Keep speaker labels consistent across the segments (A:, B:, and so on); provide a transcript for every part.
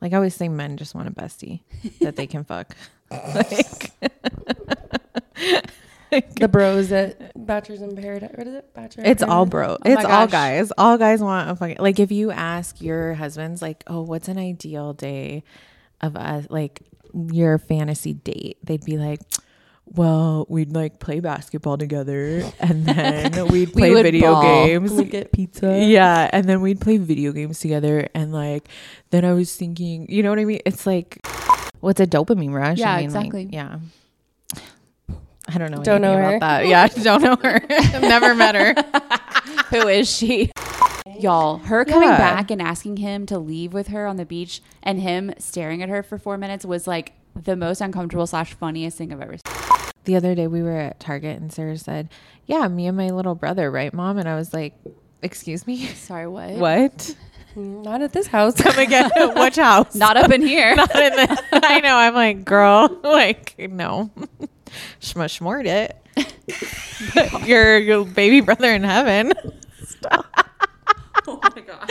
A: Like I always say, men just want a bestie that they can fuck. like,
B: The bros at Bachelors in Paradise. What is it? Bachelor. in
A: it's all
B: Paradise?
A: bro.
B: Oh my
A: it's all
B: gosh.
A: guys. All guys want a fucking like. If you ask your husbands, like, oh, what's an ideal day of us, like your fantasy date, they'd be like. Well, we'd like play basketball together and then we'd play
C: would
A: video
C: ball.
A: games.
B: We'll get pizza.
A: Yeah, and then we'd play video games together, and like, then I was thinking, you know what I mean? It's like, what's a dopamine rush?
C: Yeah,
A: I mean, like,
C: exactly.
A: yeah. I don't know.
B: Don't know
A: anything
B: her.
A: About that. Yeah, don't know her. I've never met her.
C: Who is she? Y'all, her coming
A: Yeah.
C: back and asking him to leave with her on the beach and him staring at her for four minutes was like the most uncomfortable slash funniest thing I've ever seen.
A: The other day we were at Target, and Sarah said, "Yeah, me and my little brother, right, mom?" And I was like, "Excuse me,
C: Sorry, what?
A: what?
B: Not at this house.
A: Come again? Which house?
C: Not up in here.
A: Not in the- I know. I'm like, girl, like, no, shmushmort it. your your baby brother in heaven.
C: oh my god.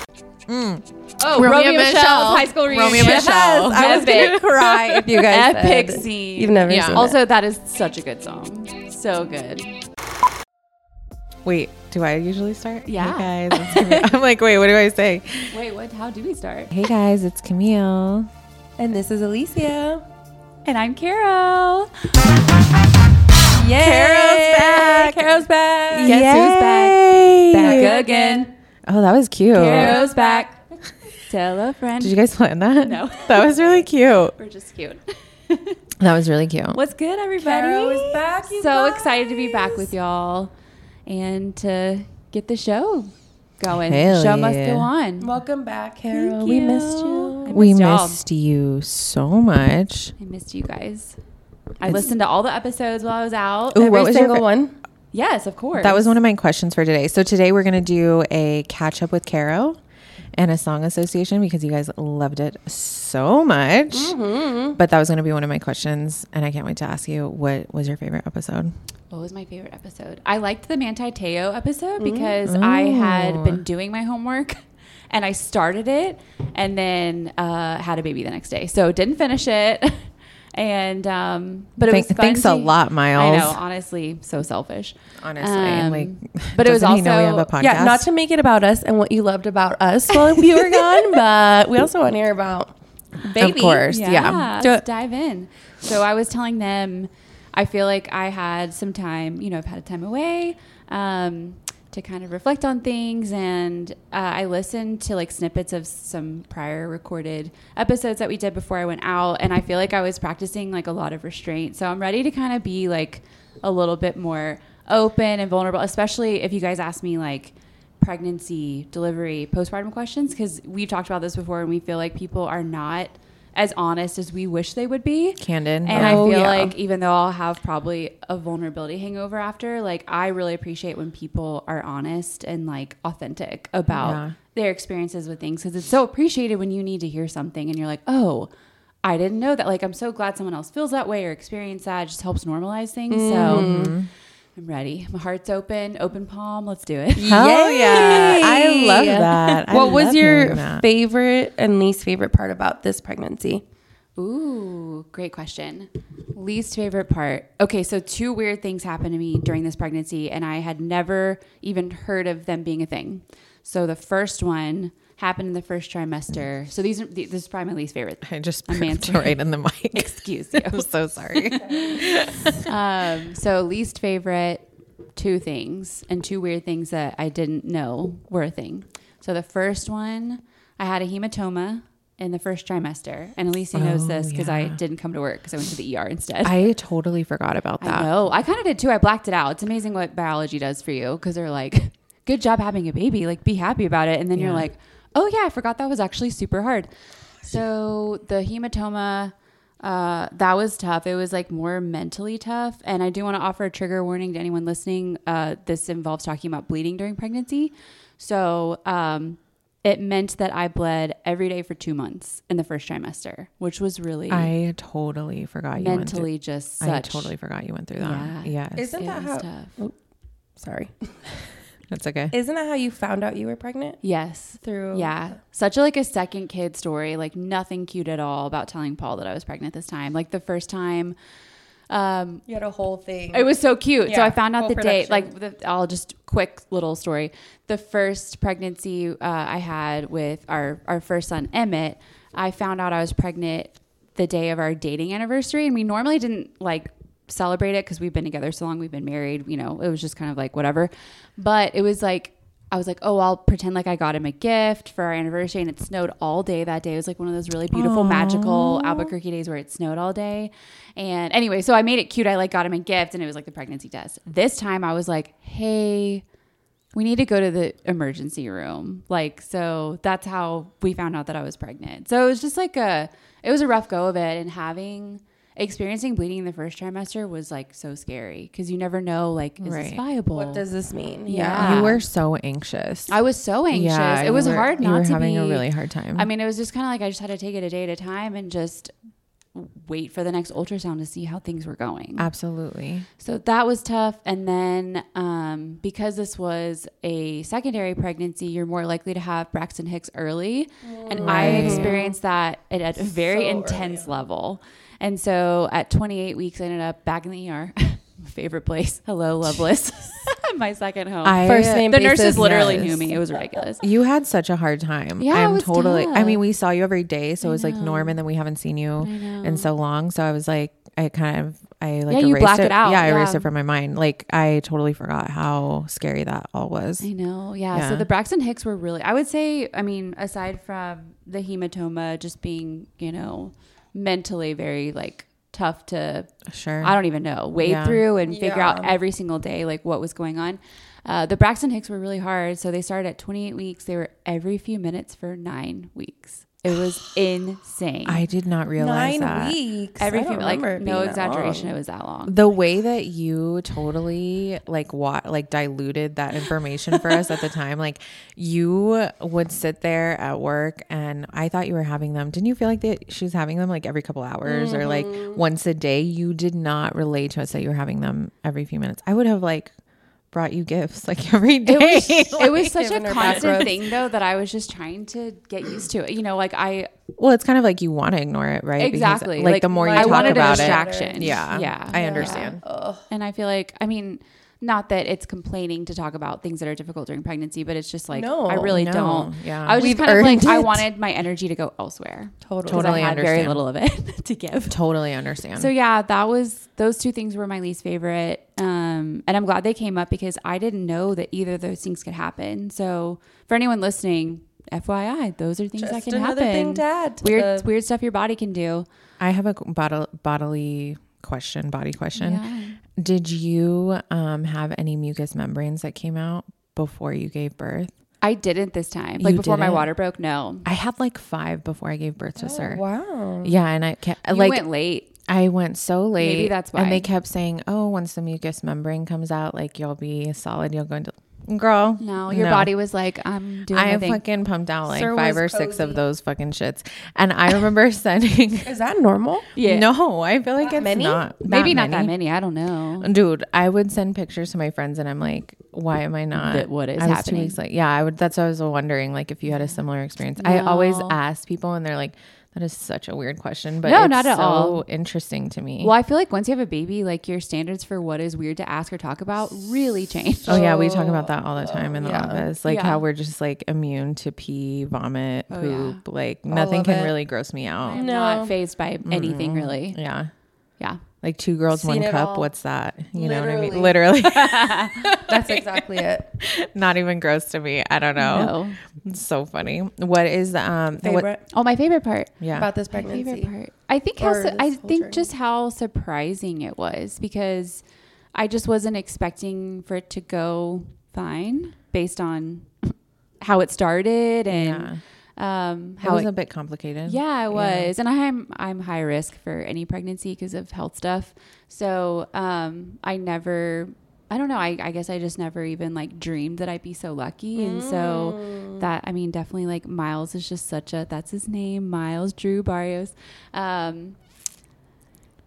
C: Oh, Romeo,
A: Romeo
C: and Michelle's
A: Michelle.
C: high school reunion.
A: Romeo and
C: Yes,
A: Michelle.
B: I was gonna
C: Epic.
B: cry if you guys.
C: Epic
B: said.
C: scene.
B: You've never
A: Yeah.
B: seen it.
C: Also, that is such a good song. So good.
A: Wait, do I usually start?
C: Yeah.
A: Hey guys, it's Camille. I'm like, wait, what do I say?
C: Wait, what? How do we start?
A: Hey guys, it's Camille.
B: And this is Alicia.
C: And I'm Carol.
B: Yeah.
A: Carol's back.
B: Carol's back.
C: Guess who's back?
A: Yay.
C: Back again.
A: Oh, that was cute.
C: Carol's back. Tell a friend.
A: Did you guys plan that?
C: No.
A: That was really cute.
C: We're just cute.
A: That was really cute.
C: What's good, everybody?
B: Carol is back, you
C: so excited to be back with y'all and to get the show going.
A: Hell
C: the show must
A: yeah.
C: go on.
B: Welcome back,
C: Thank
B: Carol. We missed
C: you. I
B: you.
A: We
C: y'all.
A: missed you so much.
C: I missed you guys. I listened to all the episodes while I was out.
A: Ooh,
B: Every
A: what was your
B: single
A: fa-
B: one.
C: Yes, of course.
A: That was one of my questions for today. So today we're gonna do a catch up with Caro and a song association because you guys loved it so much.
C: Mm-hmm.
A: But that was gonna be one of my questions, and I can't wait to ask you what was your favorite episode.
C: What was my favorite episode? I liked the Manti Teo episode
A: Mm.
C: because I had been doing my homework and I started it and then uh, had a baby the next day. So didn't finish it. And um but it
A: Thank-
C: was fun
A: thanks a
C: to-
A: lot, Miles.
C: I know, honestly, so selfish.
A: Honestly,
C: Um,
A: like,
C: but it was
A: doesn't
C: also
A: he know we have a podcast.
B: Yeah, not to make it about us and what you loved about us while we were gone, but we also want to hear about baby.
A: course. Yeah.
B: Do
C: let's
B: it.
C: dive in. So I was telling them, I feel like I had some time. You know, I've had a time away um, to kind of reflect on things, and uh, I listened to like snippets of some prior recorded episodes that we did before I went out, and I feel like I was practicing like a lot of restraint. So I'm ready to kind of be like a little bit more open and vulnerable, especially if you guys ask me like pregnancy, delivery, postpartum questions because we've talked about this before and we feel like people are not as honest as we wish they would be.
A: Candid.
C: And I
A: Oh,
C: feel
A: yeah.
C: like even though I'll have probably a vulnerability hangover after, like I really appreciate when people are honest and like authentic about
A: Yeah.
C: their experiences with things because it's so appreciated when you need to hear something and you're like, oh, I didn't know that. Like, I'm so glad someone else feels that way or experience that. It just helps normalize things.
A: Mm-hmm.
C: So I'm ready. My heart's open, open palm. Let's do it.
A: Hell yeah! I
B: Yay.
A: love that. I
B: what was
A: love
B: your
A: hearing that.
B: favorite and least favorite part about this pregnancy?
C: Ooh, great question. Least favorite part. Okay, so two weird things happened to me during this pregnancy, and I had never even heard of them being a thing. So the first one happened in the first trimester. So these are th- this is probably my least favorite.
A: I just
C: I'm
A: burped
C: answering.
A: right in the mic.
C: Excuse you.
A: I'm so sorry.
C: Um, so least favorite two things and two weird things that I didn't know were a thing. So the first one, I had a hematoma in the first trimester, and Alicia knows this because I didn't come to work because I went to the ER instead.
A: I totally forgot about
C: I
A: that.
C: know. I kind of did too. I blacked it out. It's amazing what biology does for you because they're like, good job having a baby. Like, be happy about it. And then you're
A: Yeah.
C: like, oh, yeah, I forgot that was actually super hard. So the hematoma, uh, that was tough. It was like more mentally tough. And I do want to offer a trigger warning to anyone listening. Uh, this involves talking about bleeding during pregnancy. So, um, it meant that I bled every day for two months in the first trimester, which was really
A: I totally forgot you went through.
C: mentally just such
A: I totally forgot you went through that.
C: Yeah.
A: Yes.
B: Isn't
C: it
B: that
C: was
B: how?
C: tough.
B: Sorry.
A: That's okay.
B: Isn't that how you found out you were pregnant?
C: Yes.
B: Through
C: Yeah. Such a, like a second kid story. Like nothing cute at all about telling Paul that I was pregnant this time. Like the first time um
B: You had a whole thing.
C: it was so cute. so
B: Yeah,
C: I found out
B: whole
C: the date.
B: production.
C: Like the, I'll just quick little story. The first pregnancy uh, I had with our our first son Emmett, I found out I was pregnant the day of our dating anniversary, and we normally didn't like celebrate it because we've been together so long, we've been married. You know, it was just kind of like whatever. But it was like. I was like, oh, I'll pretend like I got him a gift for our anniversary, and it snowed all day that day. It was like one of those really beautiful, magical Albuquerque days where it snowed all day. And anyway, so I made it cute. I like got him a gift, and it was like the pregnancy test. This time, I was like, hey, we need to go to the emergency room. Like, so that's how we found out that I was pregnant. So it was just like a, it was a rough go of it. And having, experiencing bleeding in the first trimester was like so scary because you never know, like, is this
A: Right.
C: viable?
B: What does this mean?
C: Yeah.
A: You were so anxious.
C: I was so anxious.
A: Yeah,
C: it
A: you
C: was
A: were-
C: hard not
A: you were
C: to
A: having
C: be.
A: a really hard time.
C: I mean, it was just kind of like I just had to take it a day at a time and just wait for the next ultrasound to see how things were going.
A: absolutely.
C: So that was tough. And then um, because this was a secondary pregnancy, you're more likely to have Braxton Hicks early. And I
A: Right.
C: experienced that at at a very
B: So
C: intense level. And so at 28 weeks, I ended up back in the ER. My favorite place. Hello, Loveless. My second home.
A: I-
B: First name
C: the nurses
B: basis,
C: literally
A: yes.
C: knew me. It was ridiculous.
A: You had such a hard time.
C: Yeah, it
A: I'm
C: was
A: totally. I
C: tough.
A: mean, we saw you every day, so it
C: I
A: was like
C: know.
A: Norman. Then we haven't seen you
C: know.
A: in so long. So I was like, I kind of, I like
C: Yeah, you
A: erased
C: black it out,
A: Yeah, I erased
C: yeah.
A: it from my mind. Like I totally forgot how scary that all was.
C: I know. Yeah. So
A: Yeah.
C: the Braxton Hicks were really, I would say, I mean, aside from the hematoma just being, you know, mentally very like tough to,
A: Sure.
C: I don't even know, wade
A: Yeah.
C: through and figure
B: Yeah.
C: out every single day like what was going on. Uh, the Braxton Hicks were really hard. So they started at 28 weeks. They were every few minutes for nine weeks. It was insane.
A: I did not realize
B: nine
A: that.
B: weeks.
C: every
B: I don't
C: few, like,
B: remember it
C: no
B: being that
C: exaggeration,
B: long.
C: it was that long.
A: The way that you totally like what like diluted that information for us at the time, like you would sit there at work, and I thought you were having them. Didn't you feel like that she was having them like every couple hours or like
C: Mm-hmm.
A: once a day? You did not relate to us that you were having them every few minutes. I would have like brought you gifts like every day.
C: It was, it was such a
B: Giving her back
C: constant
B: rubs.
C: thing though that I was just trying to get used to it. You know, like I
A: well, it's kind of like you want to ignore it, right? Because,
C: exactly
A: like, the more you
C: I
A: talk
C: wanted
A: about
C: a
A: it,
C: distraction.
A: yeah,
C: yeah,
A: I understand.
C: And I feel like I mean, not that it's complaining to talk about things that are difficult during pregnancy, but it's just like
B: No,
C: I really
A: no,
C: don't.
A: yeah.
C: I was
A: We've
C: just kind of like
A: earned
C: I
A: it.
C: wanted my energy to go elsewhere. 'Cause
B: Totally.
A: Totally
C: I had very
A: understand.
C: little of it to give.
A: Totally understand.
C: So yeah, that was those two things were my least favorite, um, and I'm glad they came up because I didn't know that either of those things could happen. So for anyone listening, FYI, those are things that
B: Just
C: can
B: another
C: happen.
B: thing to add to
C: weird,
B: the-
C: weird stuff your body can do.
A: I have a bottle, bodily question, body question.
C: Yeah.
A: Did you um, have any mucous membranes that came out before you gave birth?
C: I didn't this time. Like
A: You
C: before my
A: didn't?
C: water broke. No,
A: I had like five before I gave birth to Sir.
B: Wow.
A: Yeah, and I kept
C: Oh, you
A: Uh, like
C: went late.
A: I went so late.
C: Maybe that's why.
A: And they kept saying, "Oh, once the mucous membrane comes out, like you'll be solid. You'll go into girl.
C: No, your
A: no.
C: body was like, I'm doing.
A: I
C: my thing.
A: fucking pumped out like
B: Sir
A: five or
B: was
A: six of
B: cozy.
A: those fucking shits, and I remember sending.
B: Is that normal?
C: Yeah.
A: No, I feel like it's
B: many?
A: not.
C: maybe not that many. I don't know.
A: Dude, I would send pictures to my friends, and I'm like, "Why am I not?
C: That what is
A: I was
C: happening.
A: Two weeks late. Yeah, I would. That's what I was wondering. Like, if you had a similar experience, I always
C: No.
A: ask people, and they're like, "That is such a weird question." But
C: No,
A: it's
C: not at
A: so
C: all.
A: Interesting to me.
C: Well, I feel like once you have a baby, like your standards for what is weird to ask or talk about really change.
A: Oh yeah, we talk about that all the time in the
B: yeah.
A: office, like
C: Yeah.
A: how we're just like immune to pee, vomit,
C: Oh, yeah.
A: poop. Like nothing
B: of
A: can
B: it.
A: really gross me out.
C: I'm
B: No.
C: not phased by anything really.
A: Yeah,
C: Yeah.
A: like two girls,
B: Seen
A: one
B: it
A: cup.
B: all.
A: What's that? You know what I mean? Literally,
B: Literally. That's exactly it.
A: not even gross to me. I don't know.
C: No.
A: It's so funny. What is the um?
B: Favorite
A: What,
C: Oh, my favorite part.
A: yeah.
B: about this
C: My favorite
B: pregnancy.
C: part. I think how
B: Or
C: su-
B: this
C: I
B: whole
C: think
B: journey.
C: just how surprising it was because I just wasn't expecting for it to go fine based on how it started and um,
A: It
C: how
A: was
C: it
A: a bit complicated.
C: Yeah, it was. And I'm I'm high risk for any pregnancy because of health stuff. So um, I never. I don't know. I, I guess I just never even like dreamed that I'd be so lucky. And so that, I mean, definitely like Miles is just such a, that's his name, Miles Drew Barrios. Um,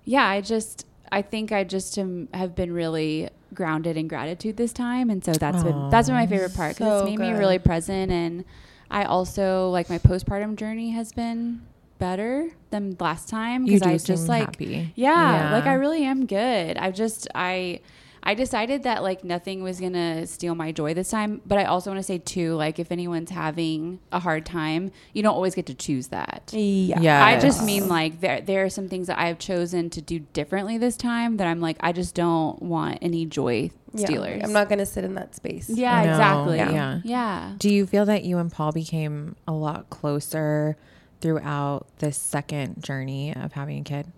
C: yeah, I just, I think I just am, have been really grounded in gratitude this time, and so that's been that's been my favorite part because
B: So
C: it's made me
B: good.
C: really present. And I also like my postpartum journey has been better than last time
A: You
C: because
A: do
C: I was just
A: seem
C: like
A: happy.
C: yeah, like
A: Yeah.
C: I really am good. I just I. I decided that like nothing was gonna steal my joy this time, but I also want to say too, like if anyone's having a hard time, you don't always get to choose that.
B: Yeah.
A: Yeah.
C: I just
A: Yes.
C: mean like there there are some things that I have chosen to do differently this time that I'm like I just don't want any joy
B: Yeah.
C: stealers.
B: I'm not going to sit in that space.
C: Yeah,
A: No,
C: exactly.
A: yeah.
C: Yeah.
A: Do you feel that you and Paul became a lot closer throughout this second journey of having a kid?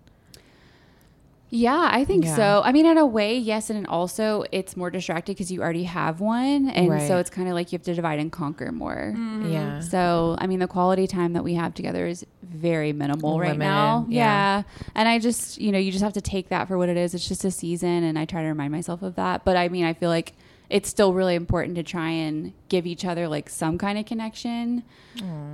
C: Yeah, I think
A: Yeah.
C: so. I mean, in a way, yes, and also it's more distracted because you already have one, and
A: Right.
C: so it's kind of like you have to divide and conquer more.
A: Yeah.
C: So, I mean, the quality time that we have together is very minimal right
A: Limited,
C: now.
A: yeah.
C: Yeah. And I just, you know, you just have to take that for what it is. It's just a season. And I try to remind myself of that. But I mean, I feel like it's still really important to try and give each other like some kind of connection,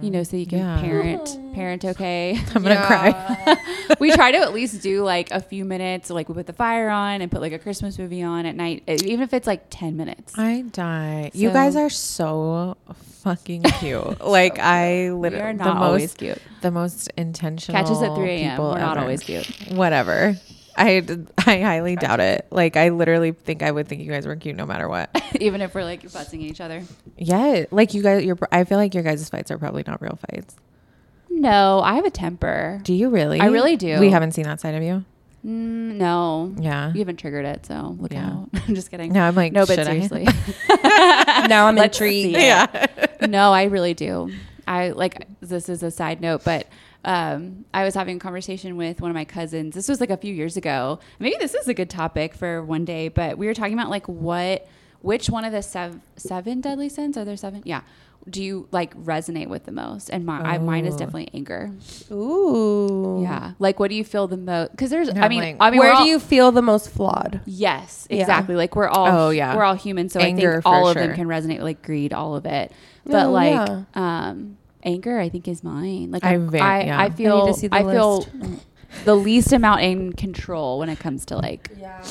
C: you know, so you can
A: Yeah.
C: parent, parent okay.
A: I'm gonna cry.
C: we try to at least do like a few minutes, like we put the fire on and put like a Christmas movie on at night, e, even if it's like 10 minutes.
A: I die. You
C: So-
A: guys are so fucking cute. like I
C: we are
A: literally
C: not
A: the most
C: always cute.
A: the most intentional.
C: Catch us at 3 a.m.
A: people
C: We're not
A: ever.
C: always cute.
A: Whatever. I I highly doubt it. Like I literally think I would think you guys were cute no matter what.
C: even if we're like fussing at each other.
A: Yeah, like you guys, your I feel like your guys' fights are probably not real fights.
C: No, I have a temper.
A: Do you really?
C: I really do.
A: We haven't seen that side of you.
C: Mm, no,
A: Yeah.
C: you haven't triggered it, so look
A: Yeah.
C: out. I'm just kidding.
A: No, I'm like,
C: no, but
A: should I?
C: seriously,
B: Now I'm
C: Let's
B: intrigued.
C: see it.
A: Yeah.
C: no, I really do. I like this is a side note, but um, I was having a conversation with one of my cousins. This was like a few years ago. Maybe this is a good topic for one day, but we were talking about like what, which one of the sev- seven deadly sins are there seven? Yeah. Do you like resonate with the most? And my, I, mine is
A: Oh.
C: definitely anger.
B: Ooh.
C: Yeah. Like, what do you feel the most? Because there's,
A: Yeah,
C: I
A: I'm
C: mean,
A: like,
C: I mean, we're
B: Where
C: all-
B: do you feel the most flawed?
C: Yes,
B: Yeah.
C: exactly. Like we're all,
A: Oh, yeah.
C: we're all human. So I
A: Anger,
C: think
A: for
C: all of
A: sure.
C: them can resonate. Like greed, all of it. But
B: Oh,
C: like,
B: yeah.
C: um, anger, I think is mine. Like
A: I
C: I,
A: ve-
C: I,
A: yeah. I
C: I
A: need
C: feel,
B: to see the
C: I feel the least amount in control when it comes to like,
B: Yeah.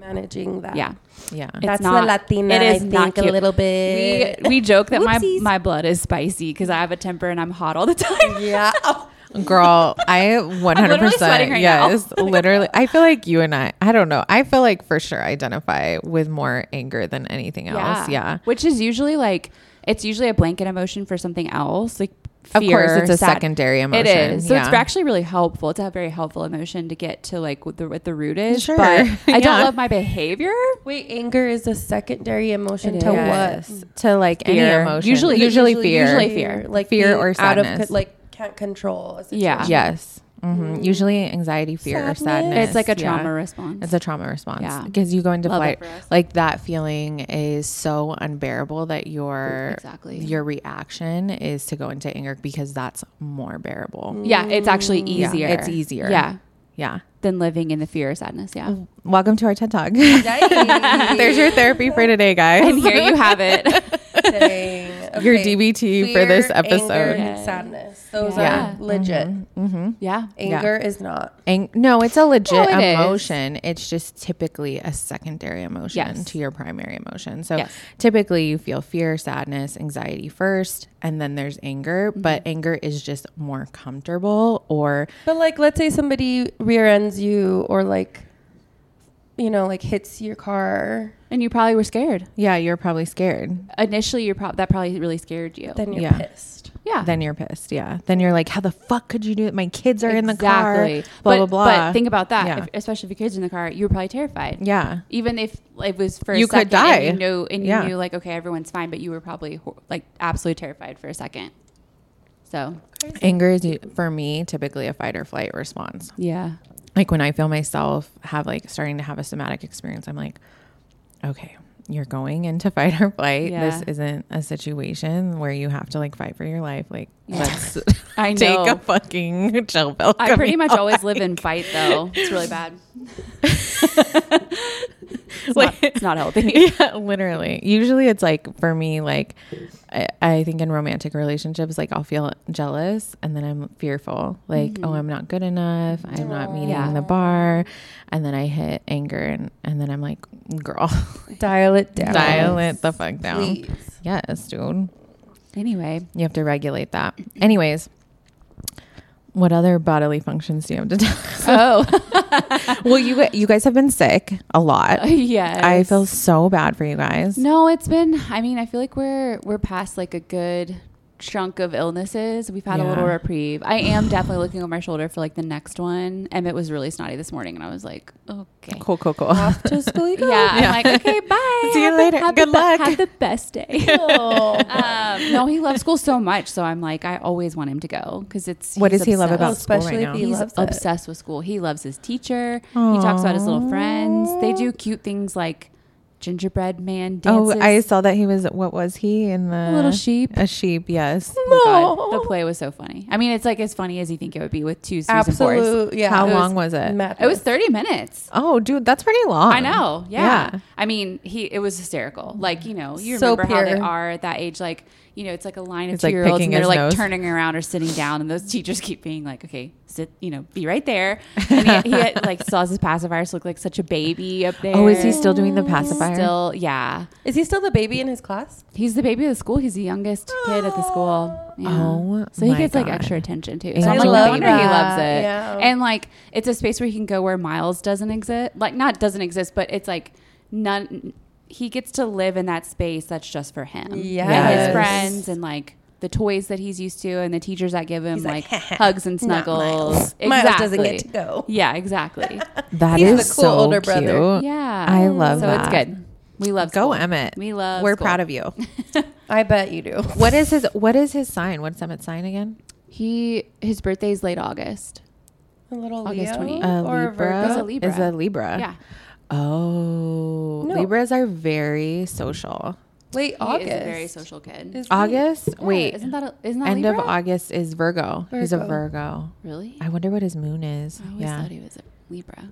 B: Managing that.
C: yeah.
A: Yeah.
C: It's
B: That's
C: not-
B: the Latina.
C: it is
B: I think
C: not
B: a
C: cute.
B: little
C: We
B: bit.
C: we joke that my
B: Whoopsies.
C: my blood is spicy because I have a temper and I'm hot all the time.
B: yeah. Oh,
A: Girl, I 100
C: sweating
A: percent
C: right now.
A: yes, literally. I feel like you and I. I don't know. I feel like for sure identify with more anger than anything else. Yeah,
C: Which is usually like it's usually a blanket emotion for something else. Like
A: Of
C: fear,
A: course, it's a
C: sad-
A: secondary
C: It
A: emotion.
C: is. So
A: Yeah.
C: it's actually really helpful. It's a very helpful emotion to get to like what the what the root is.
A: Sure.
C: But I don't
A: Yeah.
C: love my behavior.
B: wait. Anger is a secondary emotion
C: It
B: to
C: is.
B: what?
A: Yes. to like any
C: Fear.
A: emotion.
C: Usually-
A: usually, fear.
C: usually fear.
B: Like
A: Fear
B: being
A: or
B: Out of
A: sadness.
B: co- like can't control. A
C: Yeah.
B: situation.
A: Yes. hmm Usually anxiety, fear, or
B: Sadness.
A: sadness.
C: It's like a
A: Yeah.
C: trauma response.
A: It's a trauma response.
C: Yeah.
A: Because you go into
C: Love
A: flight
C: it for us.
A: like that feeling is so unbearable that your
C: Exactly.
A: your reaction is to go into anger because that's more bearable.
C: yeah, it's actually easier.
A: it's easier. Oh.
C: Yeah.
A: Yeah.
C: Than living in the fear or sadness. Yeah.
A: Welcome to our TED Talk.
B: Yikes.
A: There's your therapy for today, guys.
C: and here you have it.
B: Dang.
A: Your
B: Okay.
A: DBT
B: Fear,
A: for this
B: anger,
A: episode. Mm-hmm.
B: and sadness. Those
C: Yeah.
B: are legit.
C: yeah.
B: Anger is not.
A: Ang- no, it's a legit
C: No, it is.
A: emotion. It's just typically a secondary emotion
C: Yes.
A: to your primary emotion. So
C: Yes.
A: typically you feel fear, sadness, anxiety first, and then there's anger,
C: Mm-hmm.
A: but anger is just more comfortable or
B: But like, let's say somebody rear ends you, or like, you know, like hits your car,
C: And you probably were scared.
A: yeah, you're probably scared.
C: Initially you're prob- that probably really scared you.
B: then you're
A: Yeah.
B: pissed.
C: yeah.
A: Then you're pissed. Yeah. Then you're like, how the fuck could you do it? My kids are in the car. Blah,
C: Exactly.
A: blah,
C: but,
A: blah.
C: But think about that.
A: Yeah.
C: If, especially if your kids in the car, you were probably terrified.
A: yeah.
C: Even if it was for a
A: You could
C: second and
A: die.
C: you know, and
A: Yeah.
C: you knew like okay, everyone's fine, but you were probably hor- like absolutely terrified for a second. So
A: Anger is u- for me typically a fight or flight response.
C: yeah,
A: like when I feel myself have like starting to have a somatic experience, I'm like, okay, you're going into fight or flight. This
C: Yeah.
A: isn't a situation where you have to like fight for your life. Like,
C: Yeah.
A: let's
C: I
A: take
C: know.
A: a fucking chill pill.
C: I
A: Come
C: pretty
A: here.
C: much always live in fight though. It's really bad. It's,
A: Like-
C: not, it's not healthy.
A: yeah, literally. Usually it's like for me, like I, I think in romantic relationships, like I'll feel jealous and then I'm fearful. Like,
C: Mm-hmm.
A: oh, I'm not good enough. I'm not meeting
C: Yeah.
A: the bar. And then I hit anger and, and then I'm like, girl,
B: Dial it down.
A: dial it the fuck down.
B: Please.
A: Yes, dude.
C: Anyway,
A: You have to regulate that. Anyways, what other bodily functions do you have to do?
C: oh
A: well, you you guys have been sick a lot.
C: yes,
A: I feel so bad for you guys.
C: No, it's been. I mean, I feel like we're we're past like a good chunk of illnesses. We've had a little
A: Yeah.
C: reprieve. I am definitely looking over my shoulder for like the next one. Emmett was really snotty this morning, and I was like, okay.
A: Cool, cool, cool.
B: Off to school you
C: Yeah,
B: go.
A: Yeah.
C: I'm like, okay, bye.
A: See you
C: Have
A: later.
C: have
A: Good
C: the,
A: luck."
C: Have the best day.
B: Oh.
C: um, no, he loves school so much, so I'm like, I always want him to go because it's.
A: What
C: he's
A: does he love
C: obsessed.
A: about school right
B: especially
A: now?
B: if he
C: He's
B: loves it.
C: obsessed with school. He loves his teacher. He talks about his little friends. They do cute things like gingerbread man dances.
A: Oh, I saw that he was. What was he in the
C: little sheep.
A: A sheep, yes.
C: Oh my God,
B: No.
C: the play was so funny. I mean, it's like as funny as you think it would be with two season fours.
B: Absolute. Yeah.
A: How
B: it
A: long was it?
B: madness.
C: It was 30 minutes.
A: Oh, dude, that's pretty long.
C: I know. Yeah.
A: yeah.
C: I mean, he it was hysterical. Like, you know, you
B: So
C: remember how they
B: pure.
C: are at that age. Like, you know, it's like a line of
A: It's like
C: two year olds
A: picking
C: and they're
A: his
C: like
A: nose.
C: turning around or sitting down. And those teachers keep being like, okay, sit, you know, be right there. And he, he had, like saw his pacifiers look like such a baby up there.
A: Oh, is he still doing the pacifier?
C: Still, yeah.
B: Is he still the baby in his class?
C: He's the baby of the school. He's the youngest kid at the school. Yeah.
A: Oh
C: so he
A: my
C: gets
A: God.
C: like extra attention too.
A: I
C: So I'm like,
A: love
C: no wonder he
B: that.
C: loves it.
B: Yeah.
C: And like, it's a space where he can go where Miles doesn't exist. Like, not doesn't exist, but it's like none. He gets to live in that space that's just for him. And
B: Yes.
C: his friends and like the toys that he's used to and the teachers that give him
B: He's like,
C: like, hugs and
B: Not
C: snuggles.
B: Miles.
C: Exactly.
B: Miles doesn't get to go.
C: Yeah, exactly.
A: That is
B: He's the cool
A: so
B: older
A: cute.
B: brother.
C: yeah.
A: I love
C: so
A: that.
C: So it's good. We love
A: Go
C: school.
A: Emmett.
C: We love
A: We're
C: school.
A: proud of you.
B: I bet you do.
A: What is his What is his sign? What's Emmett's sign again?
C: He his birthday's late August.
B: A little
C: August
B: Leo
C: 28th.
A: A
B: or a
A: Uh, Libra.
C: It's a
B: Virgo?
C: Libra.
A: Is a Libra.
C: Yeah.
A: Oh,
B: No.
A: Libras are very social.
B: Late August.
C: He is a very social kid.
B: Is he?
A: August.
C: Yeah,
A: Wait.
C: isn't that a, isn't that
A: End
C: Libra?
A: of August is Virgo. He's a
B: Virgo.
A: Virgo.
C: Really?
A: I wonder what his moon is.
C: I always
A: yeah.
C: thought he was a Libra.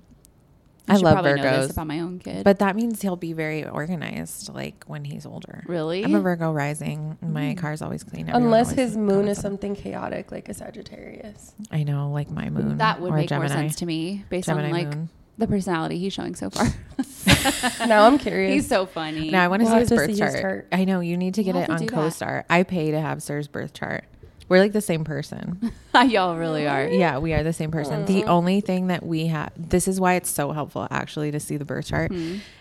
A: I
C: should
A: love
C: probably Know this
A: Virgos.
C: about my own kid,
A: But that means he'll be very organized, like when he's older.
C: really, Hmm.
A: I'm a Virgo rising. My car's always clean. Everyone
B: Unless
A: always
B: his moon
A: comments
B: is
A: on-
B: something chaotic, like a Sagittarius.
A: I know, like my moon.
C: that would
A: or
C: make
A: Gemini.
C: more sense to me based
A: Gemini
C: on like
A: moon.
C: the personality he's showing so far.
B: Now I'm curious.
C: he's so funny.
A: Now I want to
B: We'll
A: see
B: have
A: his
B: to
A: birth
B: see his
A: chart.
B: chart.
A: I know you need to get
C: We'll
A: it
C: have
A: on
C: to do that.
A: CoStar. I pay to have Sir's birth chart. We're like the same person.
C: Y'all really are.
A: yeah, we are the same person. The only thing that we have, this is why it's so helpful actually to see the birth chart,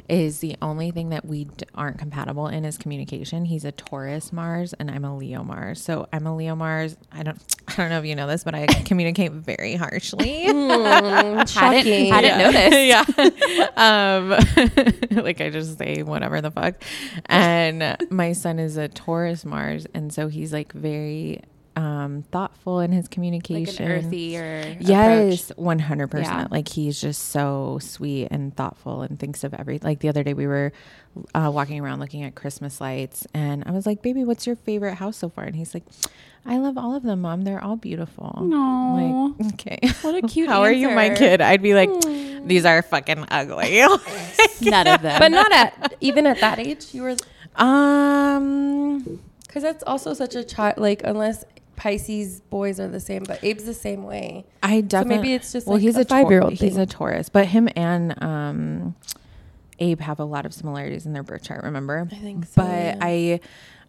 A: is the only thing that we d- aren't compatible in is communication. He's a Taurus Mars and I'm a Leo Mars. So I'm a Leo Mars. I don't, I don't know if you know this, but I communicate very harshly.
C: Hadn't
B: Shocking.
C: hadn't noticed.
A: yeah. Um, like I just say whatever the fuck. And my son is a Taurus Mars, and so he's like very um, thoughtful in his
C: Like
A: communication.
C: an earthy or
A: Yes, one hundred
C: Yeah.
A: percent. Like he's just so sweet and thoughtful and thinks of every. Like the other day, we were uh, walking around looking at Christmas lights, and I was like, "Baby, what's your favorite house so far?" And he's like, "I love all of them, mom. They're all beautiful."
C: No.
A: Like, okay.
C: What a cute
A: How are you, my
C: answer.
A: kid? I'd be like, "These are fucking ugly."
C: none of them.
B: but not at even at that age. You were
A: um.
B: because that's also such a child. Like unless Pisces boys are the same, but Abe's the same way.
A: I definitely.
B: maybe it's just,
A: well,
B: like,
A: he's
B: a
A: a, Taur-
B: five-year-old
A: He's
B: thing.
A: a Taurus, but him and um, Abe have a lot of similarities in their birth chart. Remember? I
B: think so,
A: But
B: yeah.
A: I,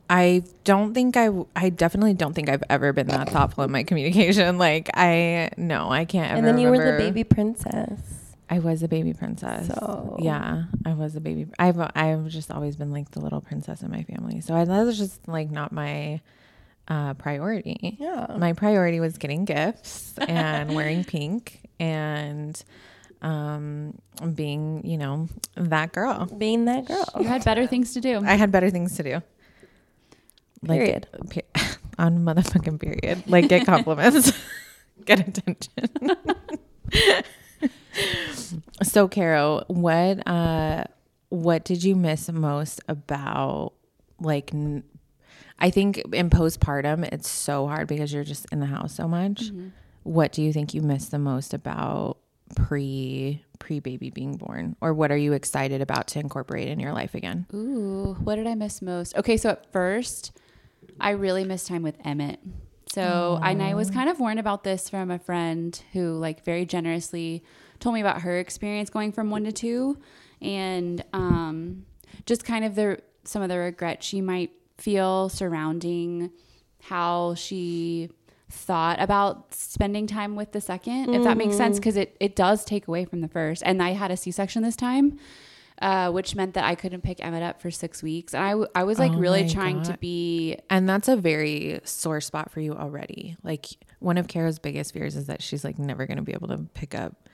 A: I don't think I. w- I definitely don't think I've ever been that thoughtful in my communication. Like I, no, I can't. Ever
B: and then you were the
A: remember-
B: baby princess.
A: I was a baby princess.
B: So-
A: yeah, I was a baby. I've I've just always been like the little princess in my family. So I, that was just like not my uh, priority.
B: Yeah.
A: my priority was getting gifts and wearing pink and um, being you know that girl.
B: Being that girl.
C: you had better things to do.
A: I had better things to do.
B: Period.
A: Like, pe- on motherfucking period. Like get compliments, get attention. so, Caro, what uh, what did you miss most about like? N- I think in postpartum, it's so hard because you're just in the house so much. What do you think you miss the most about pre pre baby being born, or what are you excited about to incorporate in your life again?
C: Ooh, what did I miss most? Okay, so at first, I really missed time with Emmett. So, and I was kind of warned about this from a friend who, like, very generously told me about her experience going from one to two, and um, just kind of the some of the regret she might feel surrounding how she thought about spending time with the 2nd if that makes
A: Mm-hmm.
C: sense, because it it does take away from the first. And I had a C section this time, uh, which meant that I couldn't pick Emmett up for six weeks. And I, w- I was like
A: Oh
C: really
A: my
C: trying to
A: God.
C: be,
A: And that's a very sore spot for you already. Like one of Kara's biggest fears is that she's like never going to be able to pick up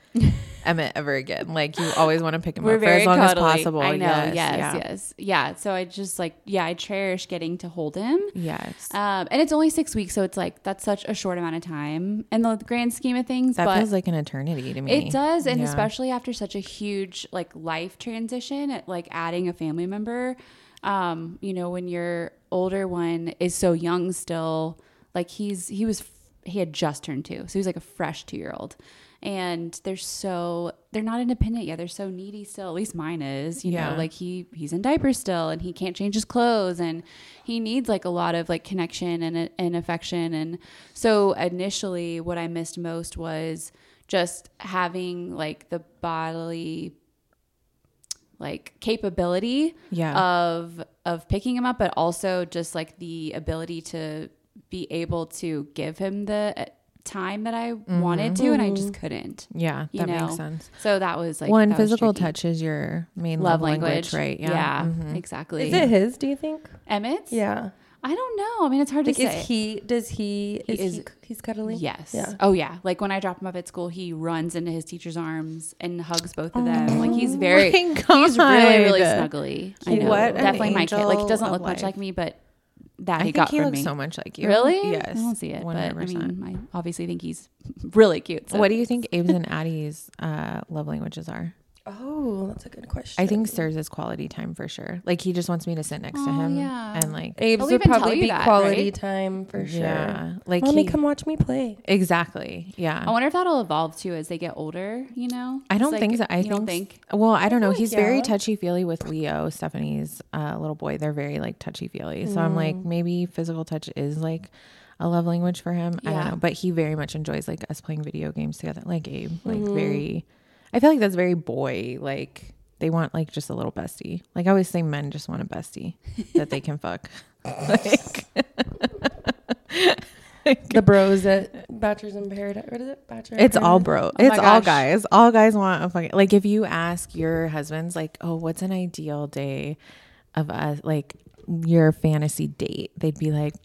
A: Emmett ever again. Like you always want to pick him
C: we're
A: up for as
C: very
A: long
C: cuddly.
A: as possible.
C: I know. Yes. Yes.
A: yeah.
C: Yeah. So I just like, yeah, I cherish getting to hold him.
A: Yes.
C: Um, and it's only six weeks. So it's like, that's such a short amount of time in the grand scheme of things.
A: that
C: but
A: feels like an eternity to me.
C: It does, and
A: Yeah.
C: especially after such a huge like life transition, at, like adding a family member, um, you know, when your older one is so young still, like he's he was he had just turned two, so he's like a fresh two year old, and they're so they're not independent yet. They're so needy still. At least mine is, you
A: Yeah.
C: know, like he he's in diapers still, and he can't change his clothes, and he needs like a lot of like connection and and affection, and so initially, what I missed most was just having like the bodily like capability
A: Yeah.
C: of of picking him up but also just like the ability to be able to give him the uh, time that I wanted to and I just
A: Mm-hmm.
C: couldn't
A: yeah,
C: you
A: that
C: know
A: makes sense.
C: so that was like
A: well, and
C: that was
A: physical
C: tricky.
A: touch is your main
C: love, language.
A: right? Yeah.
C: yeah,
A: Mhm.
C: exactly
B: Is it his? Do you think?
C: Emmett's
B: Yeah.
C: I don't know I mean it's hard
B: Like,
C: to say
B: is he? Does he?
C: He
B: is,
C: is-
B: he? He's cuddly.
C: Yes.
B: Yeah.
C: Oh yeah. Like when I drop him off at school, he runs into his teacher's arms and hugs both of them. Like he's very
A: Oh my
C: he's really, really
A: God.
C: snuggly. I
B: Cute.
C: know.
B: What an
C: Definitely my kid. Like he
A: angel
C: doesn't
A: of
C: look much
A: life.
C: like me, but that
A: I
C: he
A: think
C: got
A: he
C: from
A: looks
C: me.
A: so much like you.
C: really?
A: Yes.
C: I don't see it. But I
A: 100%.
C: mean I obviously think he's really cute. So.
A: What do you think Abe's and Addie's uh, love languages are?
B: Oh, that's a good question.
A: I think Sir's is quality time for sure. Like he just wants me to sit next to
C: Oh,
A: him
C: yeah.
A: and like
B: Abe's
C: They'll
B: would
C: even tell
B: probably
C: you
B: be
C: that,
B: quality
C: right?
B: time for sure.
A: yeah, like
B: Mommy,
A: he-
B: come watch me play.
A: exactly. Yeah.
C: I wonder if that'll evolve too as they get older, you know?
A: I
C: Oh, It's
A: don't
C: like,
A: think so. I
C: you
A: think,
C: don't think
A: Well, I don't know.
B: like,
A: He's very
B: yeah.
A: touchy feely with Leo, Stephanie's uh, little boy. They're very like touchy feely. So I'm
B: Mm.
A: like, maybe physical touch is like a love language for him. I
C: Yeah.
A: don't know. But he very much enjoys like us playing video games together. Like Abe, like
B: Mm-hmm.
A: very. I feel like that's very boy. Like they want like just a little bestie. Like I always say, men just want a bestie that they can fuck. like,
B: The bros at Bachelors in Paradise. What is it? Bachelor. in
A: It's all bro.
B: Paradise?
C: Oh my
A: it's all
C: gosh.
A: guys. All guys want a fucking like if you ask your husbands like, "Oh, what's an ideal day of us like your fantasy date?" They'd be like,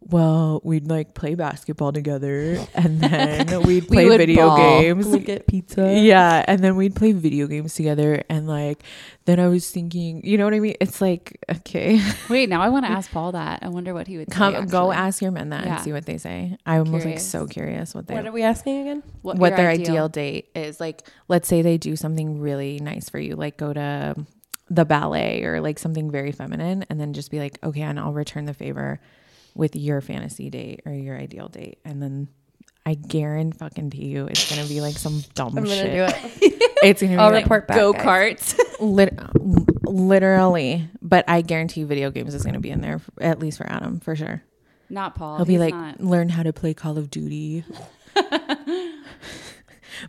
A: "Well, we'd like play basketball together and then we'd play
C: would
A: video
C: ball.
A: games."
B: We get pizza.
A: Yeah, and then we'd play video games together and like then I was thinking, you know what I mean? It's like, okay.
C: Wait, now I want to ask Paul that. I wonder what he would
A: Come
C: say,
A: go
C: actually.
A: ask your men that
C: Yeah.
A: and see what they say. I'm almost like
C: Curious.
A: so curious what they
B: What are we asking again?
C: what,
A: what
C: your
A: their ideal. date is. Like, let's say they do something really nice for you, like go to the ballet or like something very feminine, and then just be like, okay, and I'll return the favor with your fantasy date or your ideal date, and then. I guarantee fucking to you, it's gonna be like some dumb
B: I'm gonna
A: shit.
B: do it.
A: It's gonna be
B: I'll
A: like,
B: report back.
C: Go
B: guys.
C: karts.
A: lit- literally, but I guarantee video games is gonna be in there f- at least for Adam for sure.
C: not Paul.
A: He'll be
C: He's
A: like,
C: not.
A: learn how to play Call of Duty.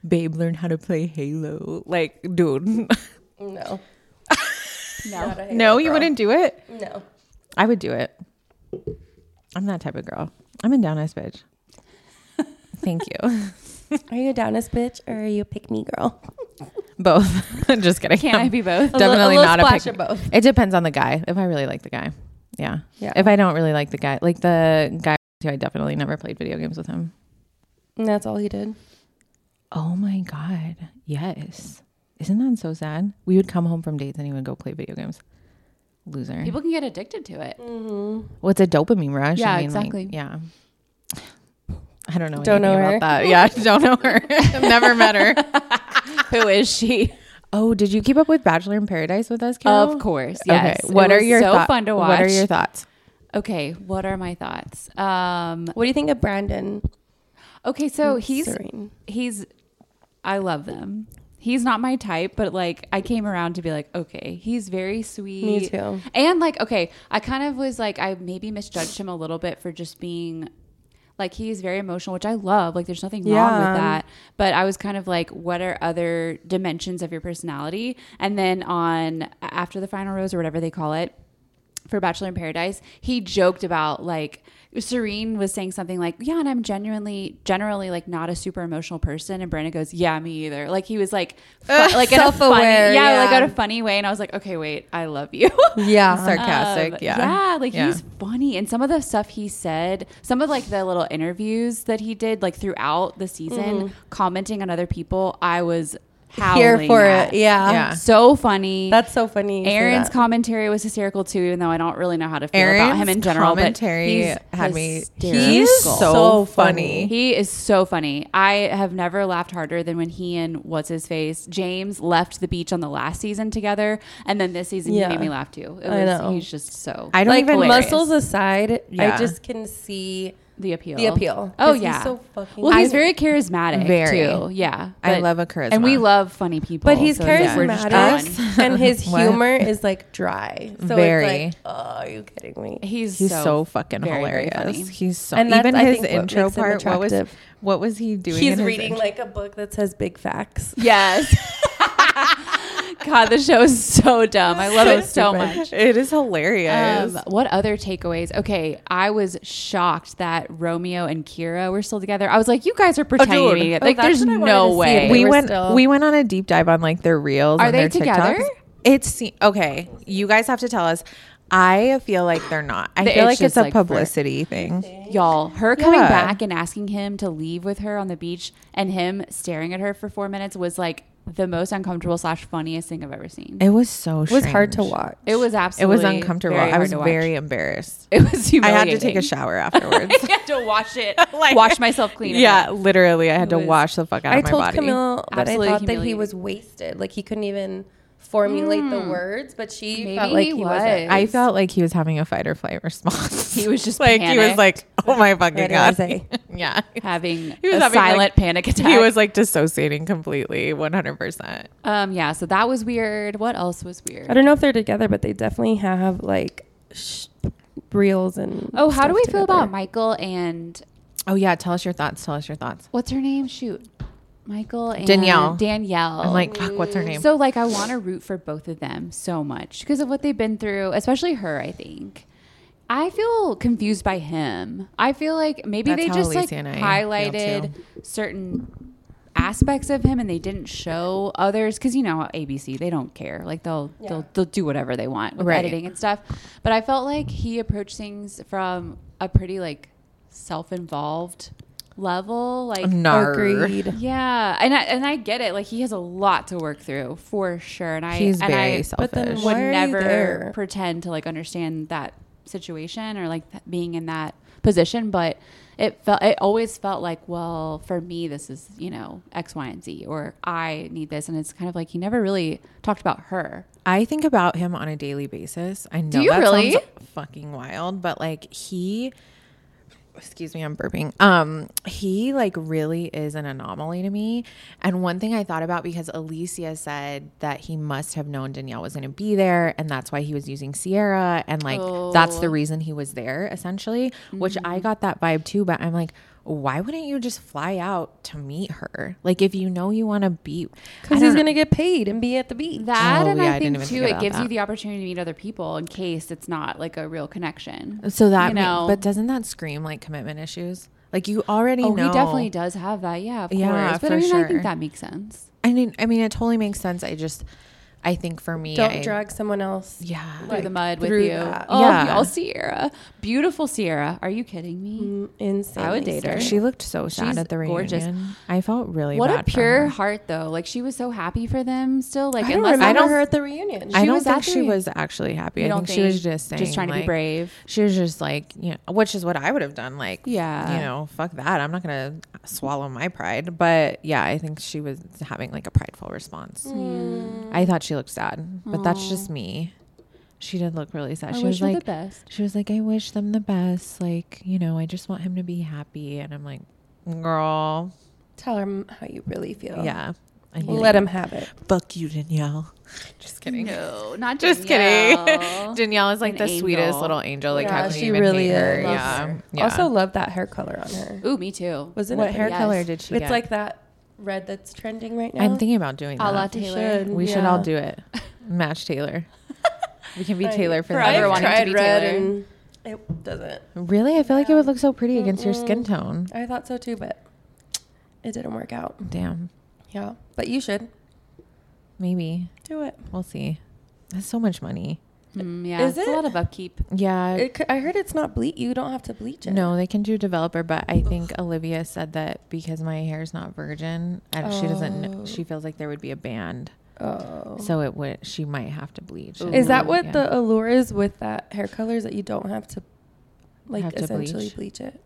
A: Babe, learn how to play Halo. Like, dude,
B: No.
C: no.
B: Not a
A: no,
B: Halo
A: you
B: girl.
A: wouldn't do it.
B: No.
A: I would do it. I'm that type of girl. I'm a down ass bitch. Thank you.
B: Are you a downest bitch or are you a pick me girl?
A: Both. Just kidding.
C: Can I be both?
A: Definitely
B: a little
A: not a
B: splash
A: pick-
B: of both.
A: It depends on the guy. If I really like the guy, yeah.
B: Yeah.
A: If I don't really like the guy, like the guy, I definitely never played video games with him.
B: And that's all he did.
A: Oh my God. Yes. Isn't that so sad? We would come home from dates and he would go play video games. Loser.
C: People can get addicted to it.
B: Mm-hmm.
A: well, it's a dopamine rush.
C: Yeah,
A: like,
C: exactly.
A: yeah. I don't know.
B: Don't know
A: anything
B: her.
A: about that. Yeah, don't know her. I've never met her.
C: Who is she?
A: Oh, did you keep up with Bachelor in Paradise with us, Carol?
C: Of course. Yes.
A: Okay. What
C: It
A: are
C: was
A: your
C: so
A: thoughts?
C: fun to watch?
A: What are your thoughts?
C: okay. What are my thoughts? Um.
B: What do you think of Brandon?
C: Okay. So he's
B: Serene?
C: he's uh, I love them. He's not my type, but like I came around to be like, okay, he's very sweet.
B: Me too.
C: And like, okay, I kind of was like, I maybe misjudged him a little bit for just being like he's very emotional, which I love. Like, there's nothing wrong
B: Yeah.
C: with that. But I was kind of like, what are other dimensions of your personality? And then on after the final rose or whatever they call it, for Bachelor in Paradise, he joked about like Serene was saying something like, "Yeah, and I'm genuinely, generally like not a super emotional person," and Brandon goes, "Yeah, me either." Like he was like, fu-
B: Ugh,
C: like in a funny, yeah,
B: self-aware,
C: like
B: yeah.
C: in a funny way, and I was like, "Okay, wait, I love you."
B: Yeah.
C: Um,
A: sarcastic. yeah,
C: yeah, like he's funny, and some of the stuff he said, some of like the little interviews that he did, like throughout the season, commenting on other people, I was howling
B: Mm-hmm. Here for
C: at.
B: it. Yeah.
A: Yeah.
C: so funny.
B: That's so funny. you say
C: Aaron's
B: that.
C: commentary was hysterical too, even though I don't really know how to feel about
A: Aaron's
C: him in general.
A: commentary
C: but he's
A: had me.
C: hysterical.
A: He's so,
B: So
A: funny.
C: He is so funny. I have never laughed harder than when he and what's his face James left the beach on the last season together, and then this season
B: Yeah.
C: he made me laugh too. It
B: I
C: was-
B: know.
C: He's just so
A: I don't
B: like
A: even
B: muscles aside,
A: Yeah.
B: I just can see
C: the appeal.
B: the appeal.
C: Oh
B: 'Cause he's
C: yeah.
B: so fucking
C: well, he's
B: funny.
C: very charismatic.
A: Very.
C: Too. Yeah.
A: I
C: But-
A: love a charisma.
C: and we love funny people.
B: But he's
C: so yeah, we're just
B: charismatic,
C: drawn.
B: and his
A: What?
B: humor is like dry. So
A: Very.
B: It's like, oh, are you kidding me?
C: He's
A: He's
C: so,
A: so, fucking
C: very, very
A: hilarious.
C: funny.
A: He's so
B: And that's,
A: even
B: I
A: his
B: think, what
A: intro
B: makes him
A: part. What was
B: attractive.
A: what was he doing? in
B: He's
A: his
B: reading
A: intro?
B: like a book that says big facts.
C: Yes. God, the show is so dumb. I love it so much.
A: It is hilarious.
C: Um, what other takeaways? Okay, I was shocked that Romeo and Kira were still together. I was like, you guys are pretending to
A: dude.
C: be
A: Oh,
C: like,
B: that's
C: there's
B: what I wanted
C: no
B: to see.
C: way.
A: we
B: were
A: went
B: still-
A: we went on a deep dive on like their reels.
C: Are
A: and
C: they
A: their
C: together?
A: TikToks. It's se- okay. You guys have to tell us. I feel like they're not. I
C: The
A: feel
C: itch
A: like
C: is,
A: it's a
C: like, for-
A: publicity thing.
C: Y'all, her coming
A: Yeah.
C: back and asking him to leave with her on the beach and him staring at her for four minutes was like the most uncomfortable slash funniest thing I've ever seen. It,
A: It was so.
B: It was hard to
A: strange.
B: watch.
C: was
A: It
C: absolutely
A: was uncomfortable.
C: very
A: I
C: hard
A: was
C: to watch.
A: very embarrassed.
C: It was
A: I
C: humiliating.
A: had to take a shower afterwards.
C: I had to watch it.
A: Like-
C: wash myself clean. it
A: yeah,
C: up.
A: literally, I had
C: It
A: to
C: was-
A: wash the fuck out
B: I
A: of my
B: told
A: body.
B: Camille that
C: Absolutely
B: I thought that he
C: humiliating.
B: was wasted. Like he couldn't even formulate the words, but she
C: Maybe
B: felt like
C: he
B: he
C: was.
B: was.
A: I felt like he Hmm. was having a fight or flight response.
C: He was just
A: like he was
C: panicked.
A: like, oh my fucking
B: What did I
A: god,
B: say?
A: yeah.
C: having
A: He was
C: a
A: having, like-
C: silent panic attack.
A: He was like dissociating completely, one hundred percent.
C: um, yeah. So that was weird. What else was
B: I
C: weird?
B: don't know if they're together, but they definitely have like sh- reels and.
C: Oh, how do
B: stuff
C: we feel
B: together.
C: about Michael and
A: Oh yeah, tell us your thoughts. Tell us your thoughts.
C: what's her name? Shoot, Michael and
A: Danielle.
C: Danielle.
A: I'm like, fuck, what's her name?
C: So like I want to root for both of them so much because of what they've been through, especially her, I think. I feel confused by him. I feel like maybe
A: That's
C: they
A: how
C: just like
A: Alicia and I feel,
C: highlighted certain aspects of him and they didn't show others because you know how ABC they don't care like they'll they'll they'll do whatever they want with
A: Right.
C: editing and stuff but I felt like he approached things from a pretty like self-involved level like
A: Nar.
B: Agreed.
C: yeah, and I and I get it. Like he has a lot to work through for sure, and I
A: He's
C: and
A: very
C: I
A: selfish.
B: then
C: would
B: Why are you
C: never
B: there?
C: pretend to like understand that situation or like th- being in that position, but it felt it always felt like well for me this is you know X Y and Z or I need this, and it's kind of like he never really talked about her.
A: I think about him on a daily basis. I know
C: you
A: that
C: really?
A: sounds fucking wild, but like he excuse me, I'm burping. Um, he like really is an anomaly to me. And one thing I thought about because Alicia said that he must have known Danielle was gonna be there and that's why he was using Sierra and like that's the reason he was there essentially, which I got that vibe too, but I'm like why wouldn't you just fly out to meet her? Like, if you know you want to be, I
B: Because
A: don't
B: he's
A: know.
B: gonna get paid and be at the beach.
C: That
A: Oh,
C: and
A: yeah,
C: I
A: I
C: think
A: didn't even
C: too
A: think
C: it
A: about
C: gives you
A: that.
C: the opportunity to meet other people in case it's not like a real connection.
A: So that,
C: you
A: ma-
C: know,
A: but doesn't that scream like commitment issues? Like you already
C: oh
A: know.
C: he definitely does have that. Yeah, of
A: Yeah,
C: course. But I
A: for
C: mean, I
A: sure.
C: think that makes sense.
A: I mean, I mean, it totally makes sense. I just, I think for me,
B: Don't
A: I-
B: drag someone else.
A: Yeah,
C: through the mud with
B: through
C: you.
B: that.
C: Oh,
A: Yeah.
C: y'all, Sierra, beautiful Sierra. Are you kidding
A: Mm,
C: me?
B: Insane.
C: I would date her.
A: she looked so sad
C: She's
A: at the reunion.
C: gorgeous.
A: I felt really
C: What
A: bad
C: a
A: for
C: pure
A: her.
C: heart, though. Like she was so happy for them still. Like
B: I don't
C: unless
B: remember
A: I don't-
B: her at the reunion.
A: I
C: she
A: don't
C: was
A: think
C: happy.
A: she was actually happy.
C: You
A: I
C: don't
A: think, she was
C: think?
A: just saying,
C: Just trying to be
A: like-
C: brave.
A: She was just like, you know, which is what I would have done. Like,
C: Yeah.
A: you know, fuck that. I'm not gonna swallow my pride. But yeah, I think she was having like a prideful response. I thought she looked sad, but that's just me. She did look really sad.
C: I
A: she was
C: wish her the
A: like,
C: best.
A: She was like, I wish them the best. Like, you know, I just want him to be happy. And I'm like, girl,
B: Tell him how you really feel.
A: Yeah. I need
B: Let him have it.
A: it. Fuck you, Danielle. Just kidding.
C: No, not
A: Just
C: Danielle.
A: kidding. Danielle is like
C: An
A: the sweetest
C: angel.
A: little angel. Like,
B: yeah,
A: how can you
B: she
A: even
B: really
A: hate her?
B: is.
A: Yeah. yeah.
B: Also, love that hair color on her.
C: Ooh, me too.
B: Wasn't
A: what
B: it
A: hair
B: pretty?
C: Yes.
A: color did she
B: It's
A: get?
B: like that red that's trending right now.
A: I'm thinking about doing
C: A
A: that.
C: la
B: You
C: Taylor.
B: should.
A: we should all
B: Yeah.
A: do it. Match Taylor. We can be
B: I-
A: Taylor for
C: Forever
A: everyone.
B: I've
C: wanting to
B: tried
C: be
B: red
C: Taylor.
B: and it doesn't.
A: Really? I feel like it would look so pretty against your
B: Mm-mm.
A: skin tone.
B: I thought so too, but it didn't work out.
A: Damn.
B: Yeah, but you should
A: Maybe.
B: do it.
A: We'll see. That's so much money.
C: Mm, yeah,
B: Is
C: it's a
B: it?
C: lot of upkeep.
A: Yeah.
B: it c- I heard it's not bleach. You don't have to bleach it.
A: Uh, no, they can do developer, but I think Olivia said that because my hair is not virgin, and she doesn't. kn-
B: Oh.
A: She feels like there would be a band,
B: Oh.
A: so it would. She might have to bleach.
C: Ooh.
A: and
B: is that
A: not-
B: what
A: yeah.
B: the allure is with that hair color? Is that you don't have to, like,
A: Have to
B: essentially
A: bleach?
B: bleach. it?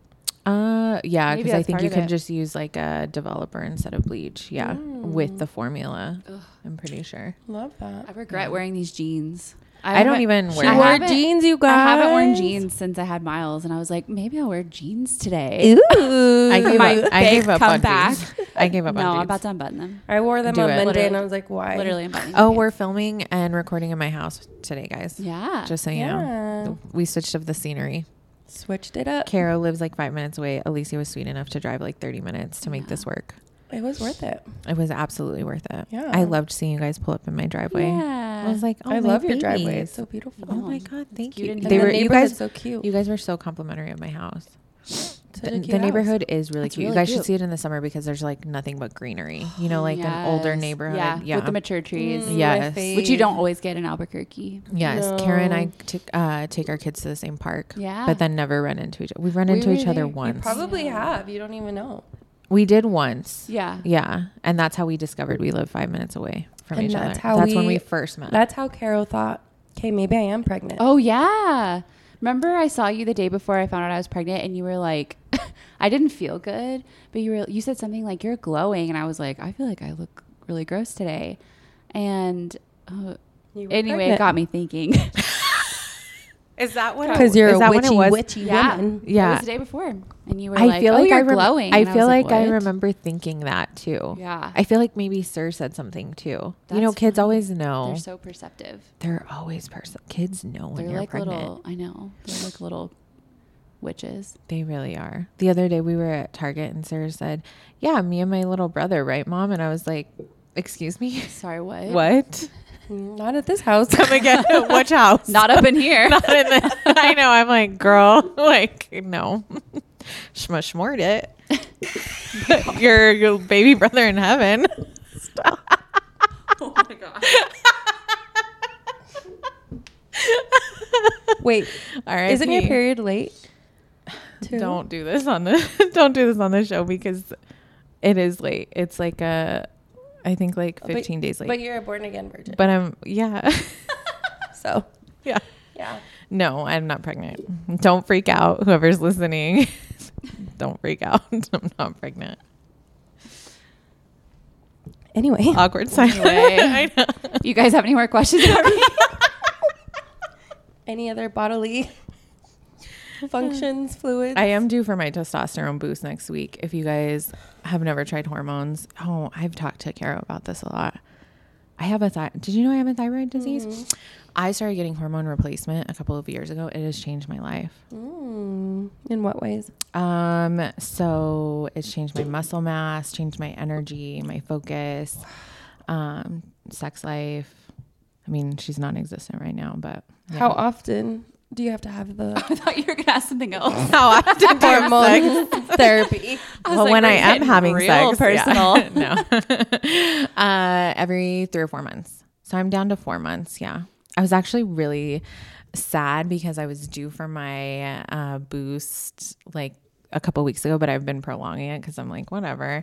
A: Uh, yeah,
C: Maybe
A: because I
C: that's
A: think
C: part
A: you
C: of
A: can
C: it.
A: just use like a developer instead of bleach. Yeah, with the formula,
C: Mm. Ugh.
A: I'm pretty sure.
B: Love
C: I
B: that.
C: regret wearing these jeans.
A: I, don't
C: haven't-
A: even
C: She
A: wear.
B: You
C: I
A: that.
B: wore
C: haven't-
B: jeans, you guys.
C: I haven't worn jeans since I had Miles, and I was like, maybe I'll wear jeans today.
B: Ooh.
A: I gave
C: My
A: up. I gave
C: big
A: up on
C: comeback.
A: jeans. I gave up
C: no,
A: on
C: I'm
A: jeans.
C: about to unbutton them.
B: I wore them
A: Do
B: on
A: it.
B: Monday,
C: Literally.
B: and I was like, why?
C: Literally unbuttoning.
A: Oh,
C: them.
A: we're filming and recording in my house today, guys.
C: yeah.
A: Just so you
B: Yeah.
A: know, we switched up the scenery.
B: Switched it up.
A: Caro lives like five minutes away. Alicia was sweet enough to drive like 30 minutes to make
C: Yeah.
A: this work.
B: It was worth it.
A: It was absolutely worth it.
B: Yeah.
A: I loved seeing you guys pull up in my driveway.
C: Yeah.
A: I was like, oh,
B: I
A: my
B: love your
A: babies.
B: driveway. It's so beautiful.
A: Oh my
C: It's
A: god, thank
C: cute
A: you.
C: in
B: And
A: They
C: here.
A: were
B: the
A: you guys.
B: neighborhood's so cute.
A: You guys were so complimentary of my house.
B: Such a
A: The,
B: cute
A: the
B: house.
A: neighborhood is really
C: It's
A: cute.
C: really
A: you guys
C: cute.
A: should see it in the summer because there's like nothing but greenery. You know, like an older
C: Yes.
A: neighborhood.
C: Yeah,
A: Yeah.
C: with the mature
B: Mm-hmm.
C: trees,
A: Mm. Yes.
B: my
C: which you don't
B: fave.
C: always get in Albuquerque.
A: yes. Kara and I
B: No.
A: t- uh, take our kids to the same park.
C: Yeah.
A: But then never run into each other. We've run
C: We
A: into
C: were
A: each other
C: there. You
A: once.
B: Probably
C: Yeah.
B: have. You don't even know.
A: we did once.
C: Yeah.
A: Yeah. And that's how we discovered we live five minutes away from
B: And
A: each
B: that's
A: other.
B: how
A: that's when
B: we-
A: we first met.
B: That's how Carol thought, okay, maybe I am pregnant.
C: Oh yeah. Remember I saw you the day before I found out I was pregnant and you were like I didn't feel good, but you were you said something like you're glowing and I was like I feel like I look really gross today. And uh,
B: You were
C: anyway,
B: pregnant.
C: it got me thinking.
A: is that what?
B: Because you're
A: is
B: a
A: that when
B: witchy,
A: it was?
B: witchy
C: yeah.
B: woman.
C: It
A: Yeah.
C: was the day before. And you were
A: I
C: like,
A: feel
C: "Oh,
A: like I
C: you're
A: rem-
C: glowing."
A: I
C: And
A: feel
C: was
A: like, I
C: "What?"
A: remember thinking that too.
C: Yeah.
A: I feel like maybe Sir said something too. you know,
C: That's
A: kids
C: funny.
A: always know.
C: They're
A: They're,
C: so perceptive.
A: always person. Kids know when
C: They're
A: you're
C: like
A: pregnant.
C: little, I know. They're like little witches.
A: They really are. The other day we were at Target and Sarah said, "Yeah, me and my little brother, right, mom?" And I was like, "Excuse me,
C: Sorry, what?
A: what?
B: Not at this house.
A: Come again? Which house?
C: Not up in here.
A: Not in the- I know. I'm like, girl, like, no, shmushmort it. But your, your baby brother in heaven. Stop.
C: oh my god.
B: Wait,
A: All right.
B: isn't your period late? Too?
A: Don't do this on the don't do this on the show because it is late. It's like a, I think like
B: But-
A: 15 days late.
B: But you're a born again virgin.
A: but I'm yeah.
B: so,
A: yeah.
B: yeah.
A: No, I'm not pregnant. Don't freak out, whoever's listening. Don't freak out. I'm not pregnant.
B: Anyway,
A: Awkward silence. I
C: Anyway.
A: know.
C: You guys have any more questions about me?
B: any other bodily functions, fluids?
A: I am due for my testosterone boost next week. If you guys have never tried hormones, oh, I've talked to Kara about this a lot. I have a thy- Did you know I have a thyroid disease? I started getting hormone replacement a couple of years ago. It has changed my life.
B: Mm, in what ways?
A: Um, so it's changed my muscle mass, changed my energy, my focus, um, sex life. I mean, she's non-existent right now, but yeah.
B: How often do you have to have the
C: I thought you were gonna ask something else.
A: how often do you have sex?
B: hormone therapy?
C: I was
A: well,
C: like,
A: when
C: we're
A: I am
C: getting
A: having
C: real
A: sex,
C: personal.
A: yeah. no, uh, every three or four months. So I'm down to four months. Yeah, I was actually really sad because I was due for my uh, boost like a couple weeks ago, but I've been prolonging it because I'm like whatever.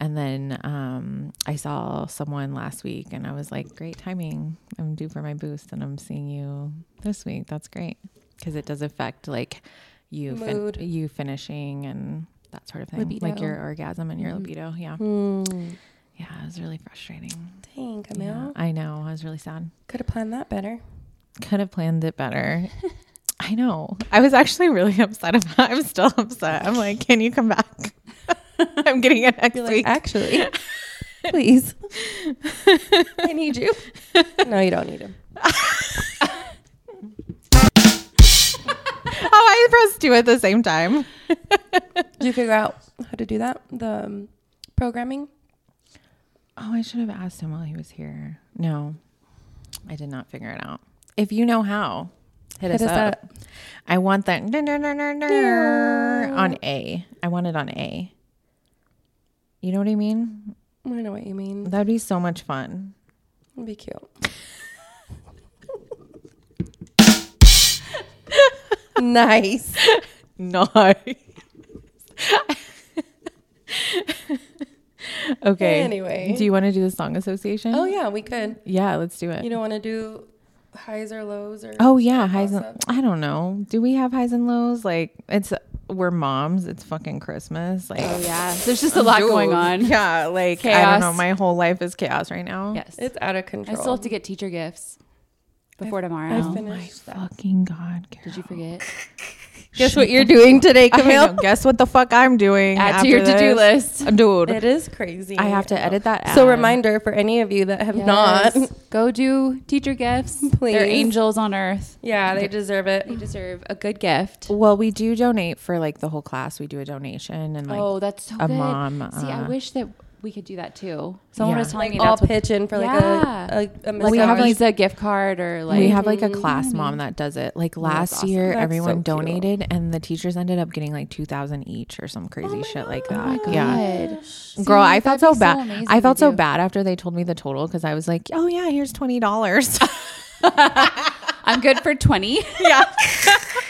A: And then um, I saw someone last week, and I was like, great timing. I'm due for my boost, and I'm seeing you this week. That's great because it does affect like you fin-
B: Mood.
A: you finishing and that sort of thing, like
C: Libido.
A: your orgasm and your
C: Mhm.
A: libido. Yeah,
B: Mm.
A: yeah, it was really frustrating.
B: Dang,
A: Yeah,
B: Camille.
A: I know. I was really sad.
B: Could have planned that better.
A: Could have planned it better. I know. I was actually really upset about. I'm still upset. I'm like, can you come back? I'm getting it next
B: You're like,
A: week.
B: actually, please. I need you. No, you don't need him.
A: oh, I pressed two at the same time.
B: Did you figure out how to do that? The um, programming?
A: Oh, I should have asked him while he was here. No, I did not figure it out. If you know how, hit, us, up. I want that on A. I want it on A. You know what I mean?
B: I know what you mean.
A: That'd be so much fun.
B: It'd be cute. nice.
A: No. okay.
B: Anyway.
A: Do you want to do the song association?
B: Oh, yeah, we could.
A: Yeah, let's do it.
B: You don't want to do highs or lows or.
A: oh, yeah. Highs and,
B: gossip?
A: I don't know. Do we have highs and lows? Like, it's, we're moms. It's fucking Christmas. Like,
C: Oh yeah, there's just a lot
A: Dude.
C: going on.
A: Yeah, like I don't
C: Chaos.
A: know. My whole life is chaos right now.
C: Yes,
B: It's out of
C: I
B: control.
C: still have to get teacher gifts before
B: I
C: tomorrow.
B: finished that.
A: Fucking God, Carol.
C: Did you forget?
B: Guess what you're doing today,
A: I know.
B: Camille?
A: Guess what the fuck I'm doing?
C: Add to your
A: after
C: to-do
A: this? dude.
B: It is crazy.
A: I have to edit that.
B: So
A: ad.
B: reminder for any of you that have not.
C: Yes. go do teacher gifts.
B: Please.
C: They're angels on earth.
B: Yeah, they deserve it.
C: They deserve a good gift.
A: Well, we do donate for like the whole class. We do a donation and like
C: oh, that's so
A: a
C: good.
A: mom,
C: See, I
A: uh,
C: wish that we could do that too. Someone
A: Yeah.
C: was telling me
B: All
C: that's what
B: pitch in for like
C: Yeah.
B: a, a, a
C: like
A: we
C: a
A: have, like-
C: Visa gift card or like
A: we have like a class mom that does it. Like last
C: awesome.
A: year,
B: That's so
A: everyone
B: cute.
A: donated, and the teachers ended up getting like two thousand each or some crazy shit like that. Yeah.
C: God. Oh See,
A: Girl, I felt so
C: that'd be
A: bad.
C: amazing
A: I
C: to
A: felt so
C: do.
A: bad after they told me the total because I was like, "Oh yeah, here's twenty dollars."
C: I'm good for 20.
A: yeah,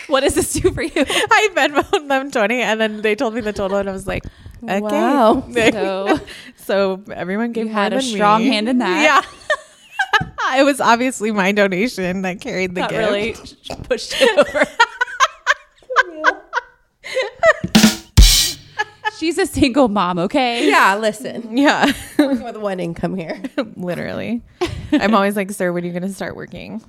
C: what does this do for you?
A: I Venmoed them twenty, and then they told me the total, and I was like, "Okay."
B: Wow.
C: So
A: So everyone gave
C: You had
A: more
C: a
A: than
C: strong
A: me.
C: hand in that.
A: Yeah, it was obviously my donation that carried the
C: that
A: gift.
C: really pushed it over. She's a single mom, okay?
B: Yeah, listen.
A: Yeah,
B: With one income here.
A: literally. I'm always like, "Sir, when are you going to start working?"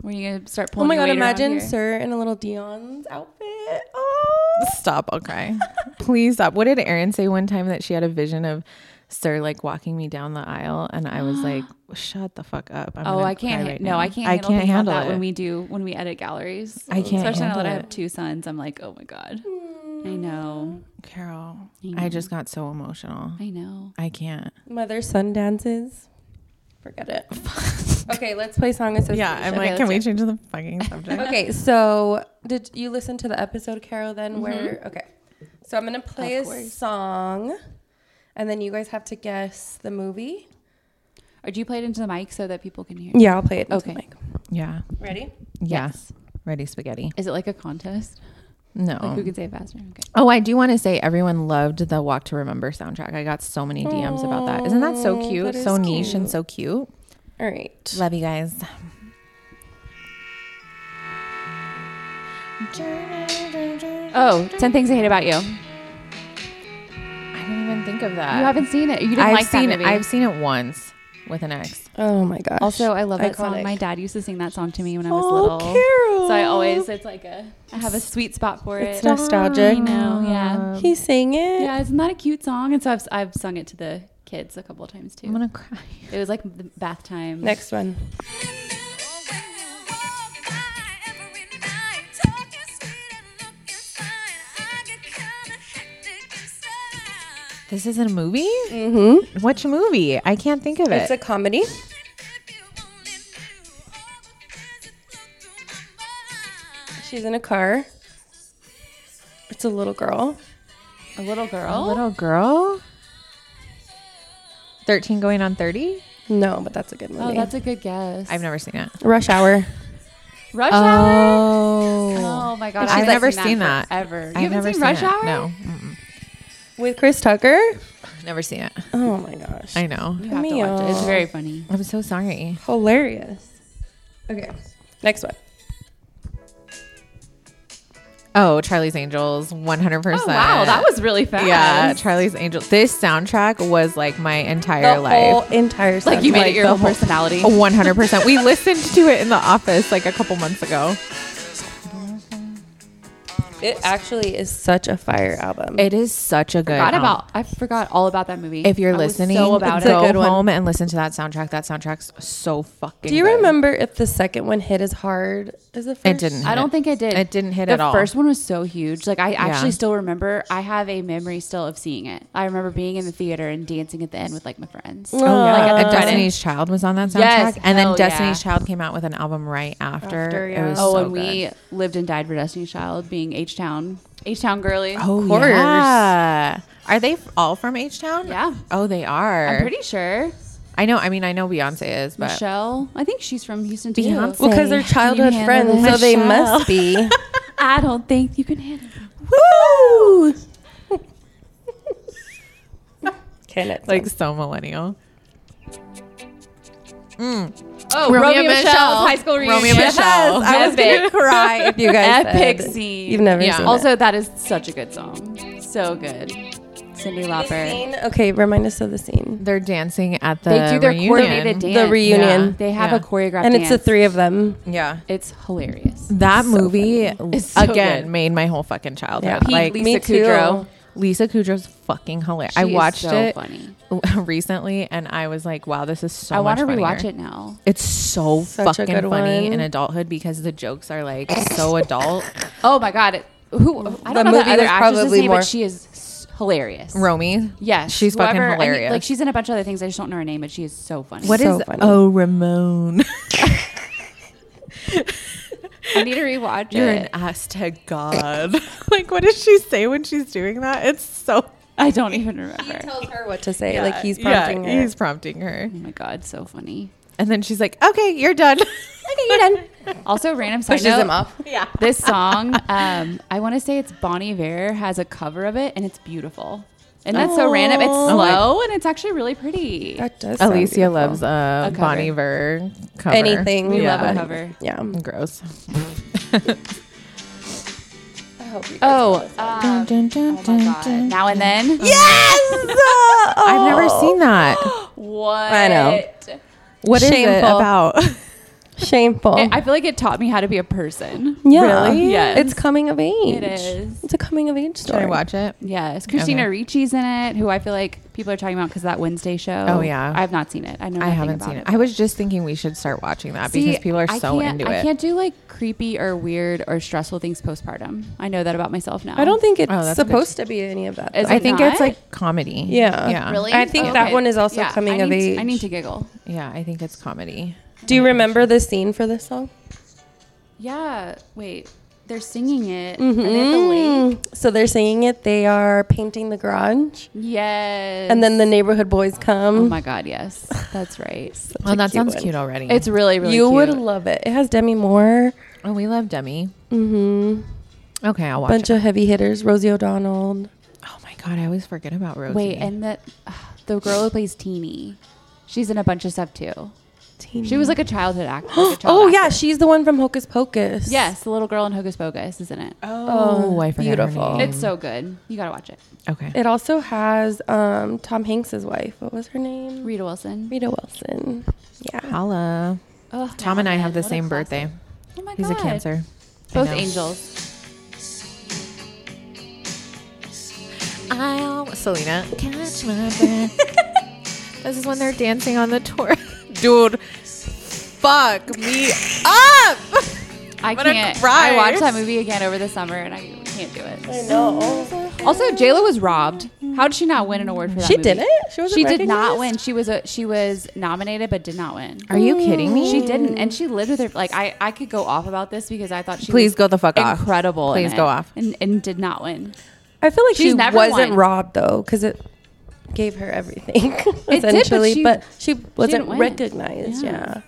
C: When you gonna start
B: Oh
C: pulling?
B: my
C: your
B: god,
C: weight around
B: imagine
C: here?
B: Sir in a little Dion's outfit. Oh
A: Stop! I'll cry. Please stop. What did Erin say one time that she had a vision of Sir like walking me down the aisle, and I was like, "Shut the fuck up!" I'm
C: Oh,
A: gonna
C: I
A: cry
C: can't.
A: right
C: no,
A: now.
C: I can't.
A: I
C: handle
A: can't
C: things like
A: handle
C: that
A: it.
C: when we do when we edit galleries.
A: I can't
C: Especially now
A: handle
C: that I
A: it.
C: have two sons, I'm like, oh my god. I know.
A: Carol,
C: I
A: I
C: know.
A: just got so emotional.
C: I know.
A: I can't.
B: Mother son dances. Forget it. okay, let's play song association.
A: Yeah, I'm
C: Okay,
A: like,
C: let's
A: can we
C: do it.
A: change the fucking subject?
B: Okay, so did you listen to the episode, Carol, then where okay. So I'm gonna play
C: Mm-hmm. Of
B: a
C: course.
B: song and then you guys have to guess the movie.
C: Or do you play it into the mic so that people can hear?
B: Yeah, I'll play it.
C: into the mic.
A: yeah.
B: Ready?
A: Yeah. Ready spaghetti.
C: Is it like a contest?
A: No.
C: Like who can say it faster? Okay.
A: oh, I do want to say everyone loved the Walk to Remember soundtrack. I got so many DMs about that. Isn't that so
B: Aw,
A: cute?
B: that
A: so
B: is
A: niche and
B: cute.
A: so cute.
B: All right.
A: Love you guys.
C: Oh, 10 things I hate about you. You
A: I didn't even think of that.
C: haven't seen it. You didn't
A: Uh, I've
C: like
A: seen
C: that movie.
A: it. I've seen it once with an ex.
B: Oh my gosh.
C: also, I love that
B: Iconic.
C: song. My dad used to sing that song to me when I was
B: Oh,
C: little.
B: Carol.
C: So I always, it's like a, I have a sweet spot for
B: It's
C: it.
B: nostalgic.
C: I know, yeah.
B: He sang it.
C: Yeah, isn't that a cute song? And so I've, I've sung it to the kids a couple of times too.
A: I'm gonna cry.
C: it was like the bath time.
B: Next one.
A: This is a movie.
B: Mm-hmm.
A: Which movie? I can't think of
B: It's
A: it.
B: a comedy. She's in a car. It's a little girl.
C: A little
A: A
C: girl.
A: little girl. Thirteen going on thirty.
B: No, but that's a good movie.
C: oh, that's a good guess.
A: I've never seen it.
B: Rush Hour.
C: Rush Hour.
A: Oh,
C: Oh my god,
A: She's like- never seen that.
C: ever. You
A: I've
C: haven't
A: never
C: seen, Rush
A: it.
C: Hour?
A: No,
B: With Chris Tucker.
A: never seen it.
B: Oh my gosh.
A: I know.
C: You have to watch it. It's
B: Camille.
C: very funny.
A: I'm so sorry.
B: Hilarious. Okay. Next one.
A: Oh, Charlie's Angels, 100.
C: Oh,
A: percent
C: wow, that was really fast.
A: yeah. Charlie's Angels. This soundtrack was like my entire
B: the whole
A: life.
B: entire
C: like you made it your
B: soundtrack.
C: whole personality.
A: 100. percent We listened to it in the office like a couple months ago.
B: It actually is such a fire album.
A: It is such a good.
C: forgot
A: album.
C: about I forgot all about that movie.
A: Um, If you're
C: I was
A: listening,
C: so about
A: go
C: it.
B: a good one.
A: home and listen to that soundtrack. That soundtrack's so fucking.
B: Do you
A: good.
B: remember if the second one hit as hard as the first?
A: It didn't.
C: I don't think it did.
A: It didn't hit
C: the
A: at all.
C: first one was so huge. Like I actually
A: Yeah.
C: still remember. I have a memory still of seeing it. I remember being in the theater and dancing at the end with like my friends.
A: Mm.
B: Oh, yeah.
A: Like,
B: Uh,
A: and Destiny's Child was on that soundtrack,
C: Yes,
A: and then
C: hell
A: Destiny's
C: yeah.
A: Child came out with an album right after.
B: After,
A: It
B: yeah.
A: was
C: Oh,
A: so
C: and we lived and died for Destiny's Child, being H Town, H Town girly.
A: Oh
B: course.
A: yeah. Are they f- all from H Town?
C: Yeah.
A: Oh, they are.
C: I'm pretty sure
A: I know. I mean, I know Beyonce is, but
C: Michelle. I think she's from Houston too.
A: Beyonce.
B: Well, because they're
A: Can you
B: childhood
C: handle
B: friends,
C: this?
B: so they
A: Michelle.
B: must be.
C: I don't think you can handle. it.
A: woo!
B: Can it?
A: Like so millennial.
C: Oh,
A: Romeo
C: Romeo,
A: and
C: Michelle's
A: Michelle.
C: high school
A: Romeo
C: reunion.
A: and Michelle.
B: I was
C: Epic.
B: gonna cry if you guys
C: Epic
B: said
C: scene.
B: You've never
A: Yeah.
B: seen
C: Also,
B: it.
C: that is such a good song. So good. Cindy Lauper.
B: Scene- Okay, remind us of the scene.
A: They're dancing at the.
C: They do their
A: reunion.
C: coordinated dance.
B: The reunion.
A: Yeah.
C: They have
A: Yeah.
C: a choreographed
B: and it's the
C: dance.
B: three of them.
A: Yeah.
C: It's hilarious.
A: That movie
C: It's so
A: again
C: good.
A: made my whole fucking childhood.
B: Yeah.
C: Peak
A: Like
C: Lisa
B: me too.
C: Kudrow.
A: Lisa Kudrow's fucking hilarious.
C: She
A: I
C: is
A: watched
C: so
A: it
C: funny.
A: recently, and I was like, "Wow, this is so."
C: I
A: want to
C: rewatch it now.
A: It's so
B: Such a
A: fucking
B: good
A: funny
B: one.
A: in adulthood because the jokes are like so adult.
C: Oh my god! It, who I
B: The
C: don't know
B: movie
C: the other
B: was
C: actress's
B: probably
C: name,
B: more-
C: but she is s- hilarious.
A: Romy,
C: Yes,
A: she's fucking
C: whoever- I mean,
A: hilarious.
C: like she's in a bunch of other things. I just don't know her name, but she is so funny.
A: What is
B: so funny.
A: Oh Ramon?
C: I need to rewatch
A: You're
C: it.
A: an ass to God. like, what does she say when she's doing that? It's so.
C: I don't even remember.
B: He tells her what to say. Like he's
A: Yeah,
B: prompting her.
A: He's prompting her,
C: oh my god, so funny.
A: and then she's like, "Okay, you're done." okay,
B: you're done.
C: Also, random side
B: Pushes
C: note.
B: him off.
A: Yeah.
C: This song, um, I want to say it's Bonnie Iver has a cover of it, and it's beautiful. And that's so random. It's
B: Oh.
A: Oh my-
C: slow, and it's actually really pretty.
B: That does. sound
A: Alicia
B: beautiful.
A: loves uh,
C: cover.
A: Bon Iver cover.
B: anything.
C: We
A: Yeah. Mm-hmm.
C: love a cover.
B: Yeah.
A: Gross.
B: I hope you guys
C: Oh,
B: know
C: um,
A: Dun, dun, dun,
C: oh my
A: dun,
C: god!
A: dun.
C: Now and then.
B: this. yes.
A: I've never seen that.
C: What?
B: I know.
A: What is it
B: Shameful.
A: about?
B: Shameful.
C: I feel like it taught me how to be a person.
B: yeah.
A: Really?
C: Yes.
B: It's coming of age.
C: It is.
B: It's a coming of age story.
A: Should I watch it?
C: Yes, Christina
A: Okay.
C: Ricci's in it, who I feel like people are talking about because that Wednesday show.
A: Oh, yeah.
C: I have not seen it. I know.
A: I
C: nothing
A: haven't
C: about
A: seen it. I was just thinking we should start watching that
C: See,
A: because people are
C: I
A: so
C: can't-
A: into
C: I
A: it.
C: can't do like creepy or weird or stressful things postpartum. I know that about myself now.
B: I don't think it's
A: Oh, that's good.
B: supposed to be any of that.
C: Is
B: though.
A: I think it's
C: not?
A: like comedy.
B: Yeah.
A: Yeah.
C: really. Oh,
B: I think that one is also coming
C: I
B: of
C: need to-
B: age.
C: I need to giggle.
A: Yeah, I think it's comedy.
B: Do you remember the scene for this song?
C: Yeah. Wait. They're singing it.
B: Mm. So they're singing it. They are painting the garage,
C: Yes.
B: and then the neighborhood boys come.
C: Oh my God! Yes, that's right.
B: Such
A: Oh,
B: a
A: that sounds
B: one.
A: cute already.
C: It's really really.
B: you would
C: cute.
B: love it. It has Demi Moore.
A: oh, we love Demi.
B: Mm-hmm.
A: Okay, I'll watch
B: Bunch
A: it.
B: of heavy hitters. Rosie O'Donnell.
A: oh my god, I always forget about Rosie.
C: Wait, and the the girl who plays Teeny, she's in a bunch of stuff too.
B: Teeny.
C: She was like a childhood act- like a child actor.
B: oh yeah, she's the one from Hocus Pocus.
C: yes, the little girl in Hocus Pocus, isn't it?
A: oh, I forget.
B: beautiful.
A: Her name.
C: It's so good. You gotta watch it.
A: okay.
B: It also has um, Tom Hanks's wife. What was her name?
C: Rita Wilson.
B: Rita Wilson. Yeah.
A: Holla.
C: Oh,
A: Tom and I have the same
C: birthday.
A: birthday.
C: Oh my
A: He's a
C: god.
A: Cancer. I
C: Both
A: know.
C: angels.
A: I almost Selena. Catch my breath. this is when they're dancing on the tour. Dude, fuck me up.
C: I
A: gonna
C: can't.
A: cry.
C: I watched that movie again over the summer and I can't do it.
B: know.
C: Also, JLo was robbed. How did she not win an award for that?
B: She
C: movie?
B: didn't. She wasn't
C: She did not
B: recognized?
C: win. She was a she was nominated but did not win.
A: Are you kidding me?
C: She didn't, and she lived with her. Like I, I could go off about this because I thought she
A: Please
C: was
A: go the fuck off.
C: incredible. in
A: Please
C: it
A: go off.
C: and, and did not win.
B: I feel like
C: She's
B: she
C: never
B: wasn't
C: won.
B: robbed though, because it gave her everything
C: but
B: essentially.
C: she-
B: but, she, wasn't
C: didn't win.
B: recognized.
C: Yeah.
B: Yeah.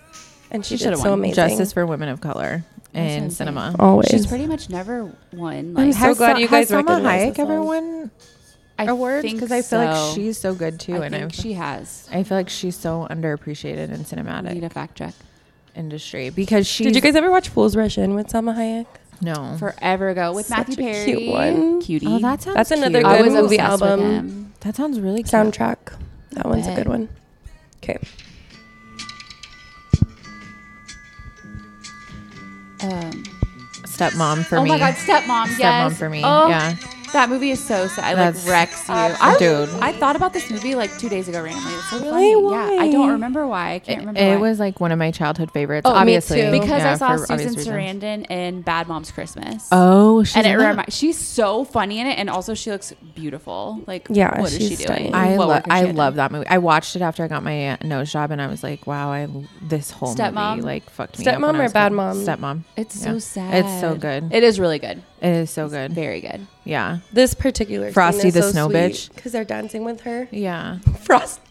B: And she,
C: She
B: did
C: should've
B: so
C: won.
B: amazing.
A: Justice for women of color
C: what
A: in
C: I'm
A: cinema.
B: always.
C: She's pretty much never won.
B: I'm
C: Like
B: so glad you guys
A: Oh. has Selma
B: recognize
A: Hayek
B: this
A: ever
B: song.
A: won
C: I
A: awards
C: think
A: because I feel
C: so.
A: like she's so good too,
C: I
A: and
C: think
A: I
C: she has.
A: I feel like she's so underappreciated in
C: I need
A: cinematic
C: a fact check.
A: industry because she
B: Did you guys ever watch Fools Rush In with Salma Hayek?
A: no.
C: Forever ago with
B: Such
C: Matthew
B: a
C: Perry.
B: cute one.
C: Cutie.
A: oh, that sounds
B: That's another
A: cute.
C: I
B: good
C: was
B: movie
C: obsessed with
B: album.
C: him.
A: That sounds really cute.
B: Soundtrack. That one's a
C: bet.
B: good one. Okay.
C: Um,
A: stepmom for
C: oh
A: me.
C: my god, stepmom.
A: Stepmom
C: yes.
A: for me,
C: Oh,
A: yeah.
C: That movie is so sad.
A: That's-
C: like wrecks you.
A: uh,
C: I,
A: dude.
C: I thought about this movie like two days ago randomly. It's so
A: Really?
C: funny. Yeah. I don't
A: Why?
C: remember why. I can't remember.
A: It
C: why.
A: was like one of my childhood favorites.
B: Oh, me
A: obviously,
B: too.
C: because
A: Yeah,
C: I saw
A: for
C: Susan
A: obvious reasons.
C: Sarandon in Bad Mom's Christmas.
A: Oh, she's
C: and it
A: in that?
C: reminds she's so funny in it, and also she looks beautiful. Like,
B: Yeah,
C: what is she
B: she's
C: doing?
B: stunning.
A: I
C: What
A: love
C: work is
A: I
C: she doing?
A: love that movie. I watched it after I got my uh, nose job, and I was like, wow, I l- this whole movie
C: Stepmom?
A: like fucked me. up when
B: Stepmom
A: I
B: or
A: was
B: Bad
A: kid.
B: Mom?
A: Stepmom.
C: It's
A: Yeah.
C: so sad.
A: It's so good.
C: It is really good.
A: it is so good.
C: Very good.
A: yeah,
B: This particular
A: Frosty the Snow Bitch.
B: because they're dancing with her.
A: yeah.
B: Frosty,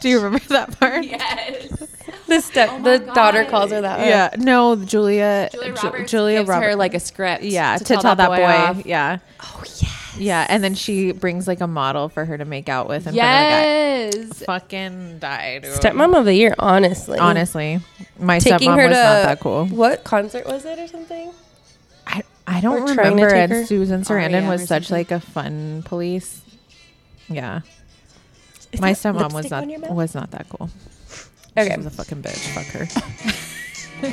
A: Do you remember that part?
C: Yes.
B: the step,
C: Oh my
B: the daughter
C: God.
B: calls her that.
A: Yeah. No, Julia.
C: Julia
A: Ju-
C: Roberts
A: Julia
C: gives
A: Roberts.
C: her like a script.
A: yeah, to, tell, that boy.
C: off.
A: yeah. Oh yeah. Yeah, and then she brings like a model for her to make out with. And yes.
C: Yes.
A: Fucking died.
B: Stepmom of the year, honestly.
A: Honestly, my
B: Taking
A: stepmom
B: her
A: was
B: to
A: not that cool.
B: What concert was it or something?
A: I, I
B: Or
A: don't
B: trying to
A: remember.
B: take
A: And
B: her-
A: Susan Sarandon
C: R.E.M.
A: was
C: or
A: such
C: something.
A: like a fun police. Yeah, my stepmom was not was not that cool.
B: Okay. Uh,
A: She was a fucking bitch. Fuck her.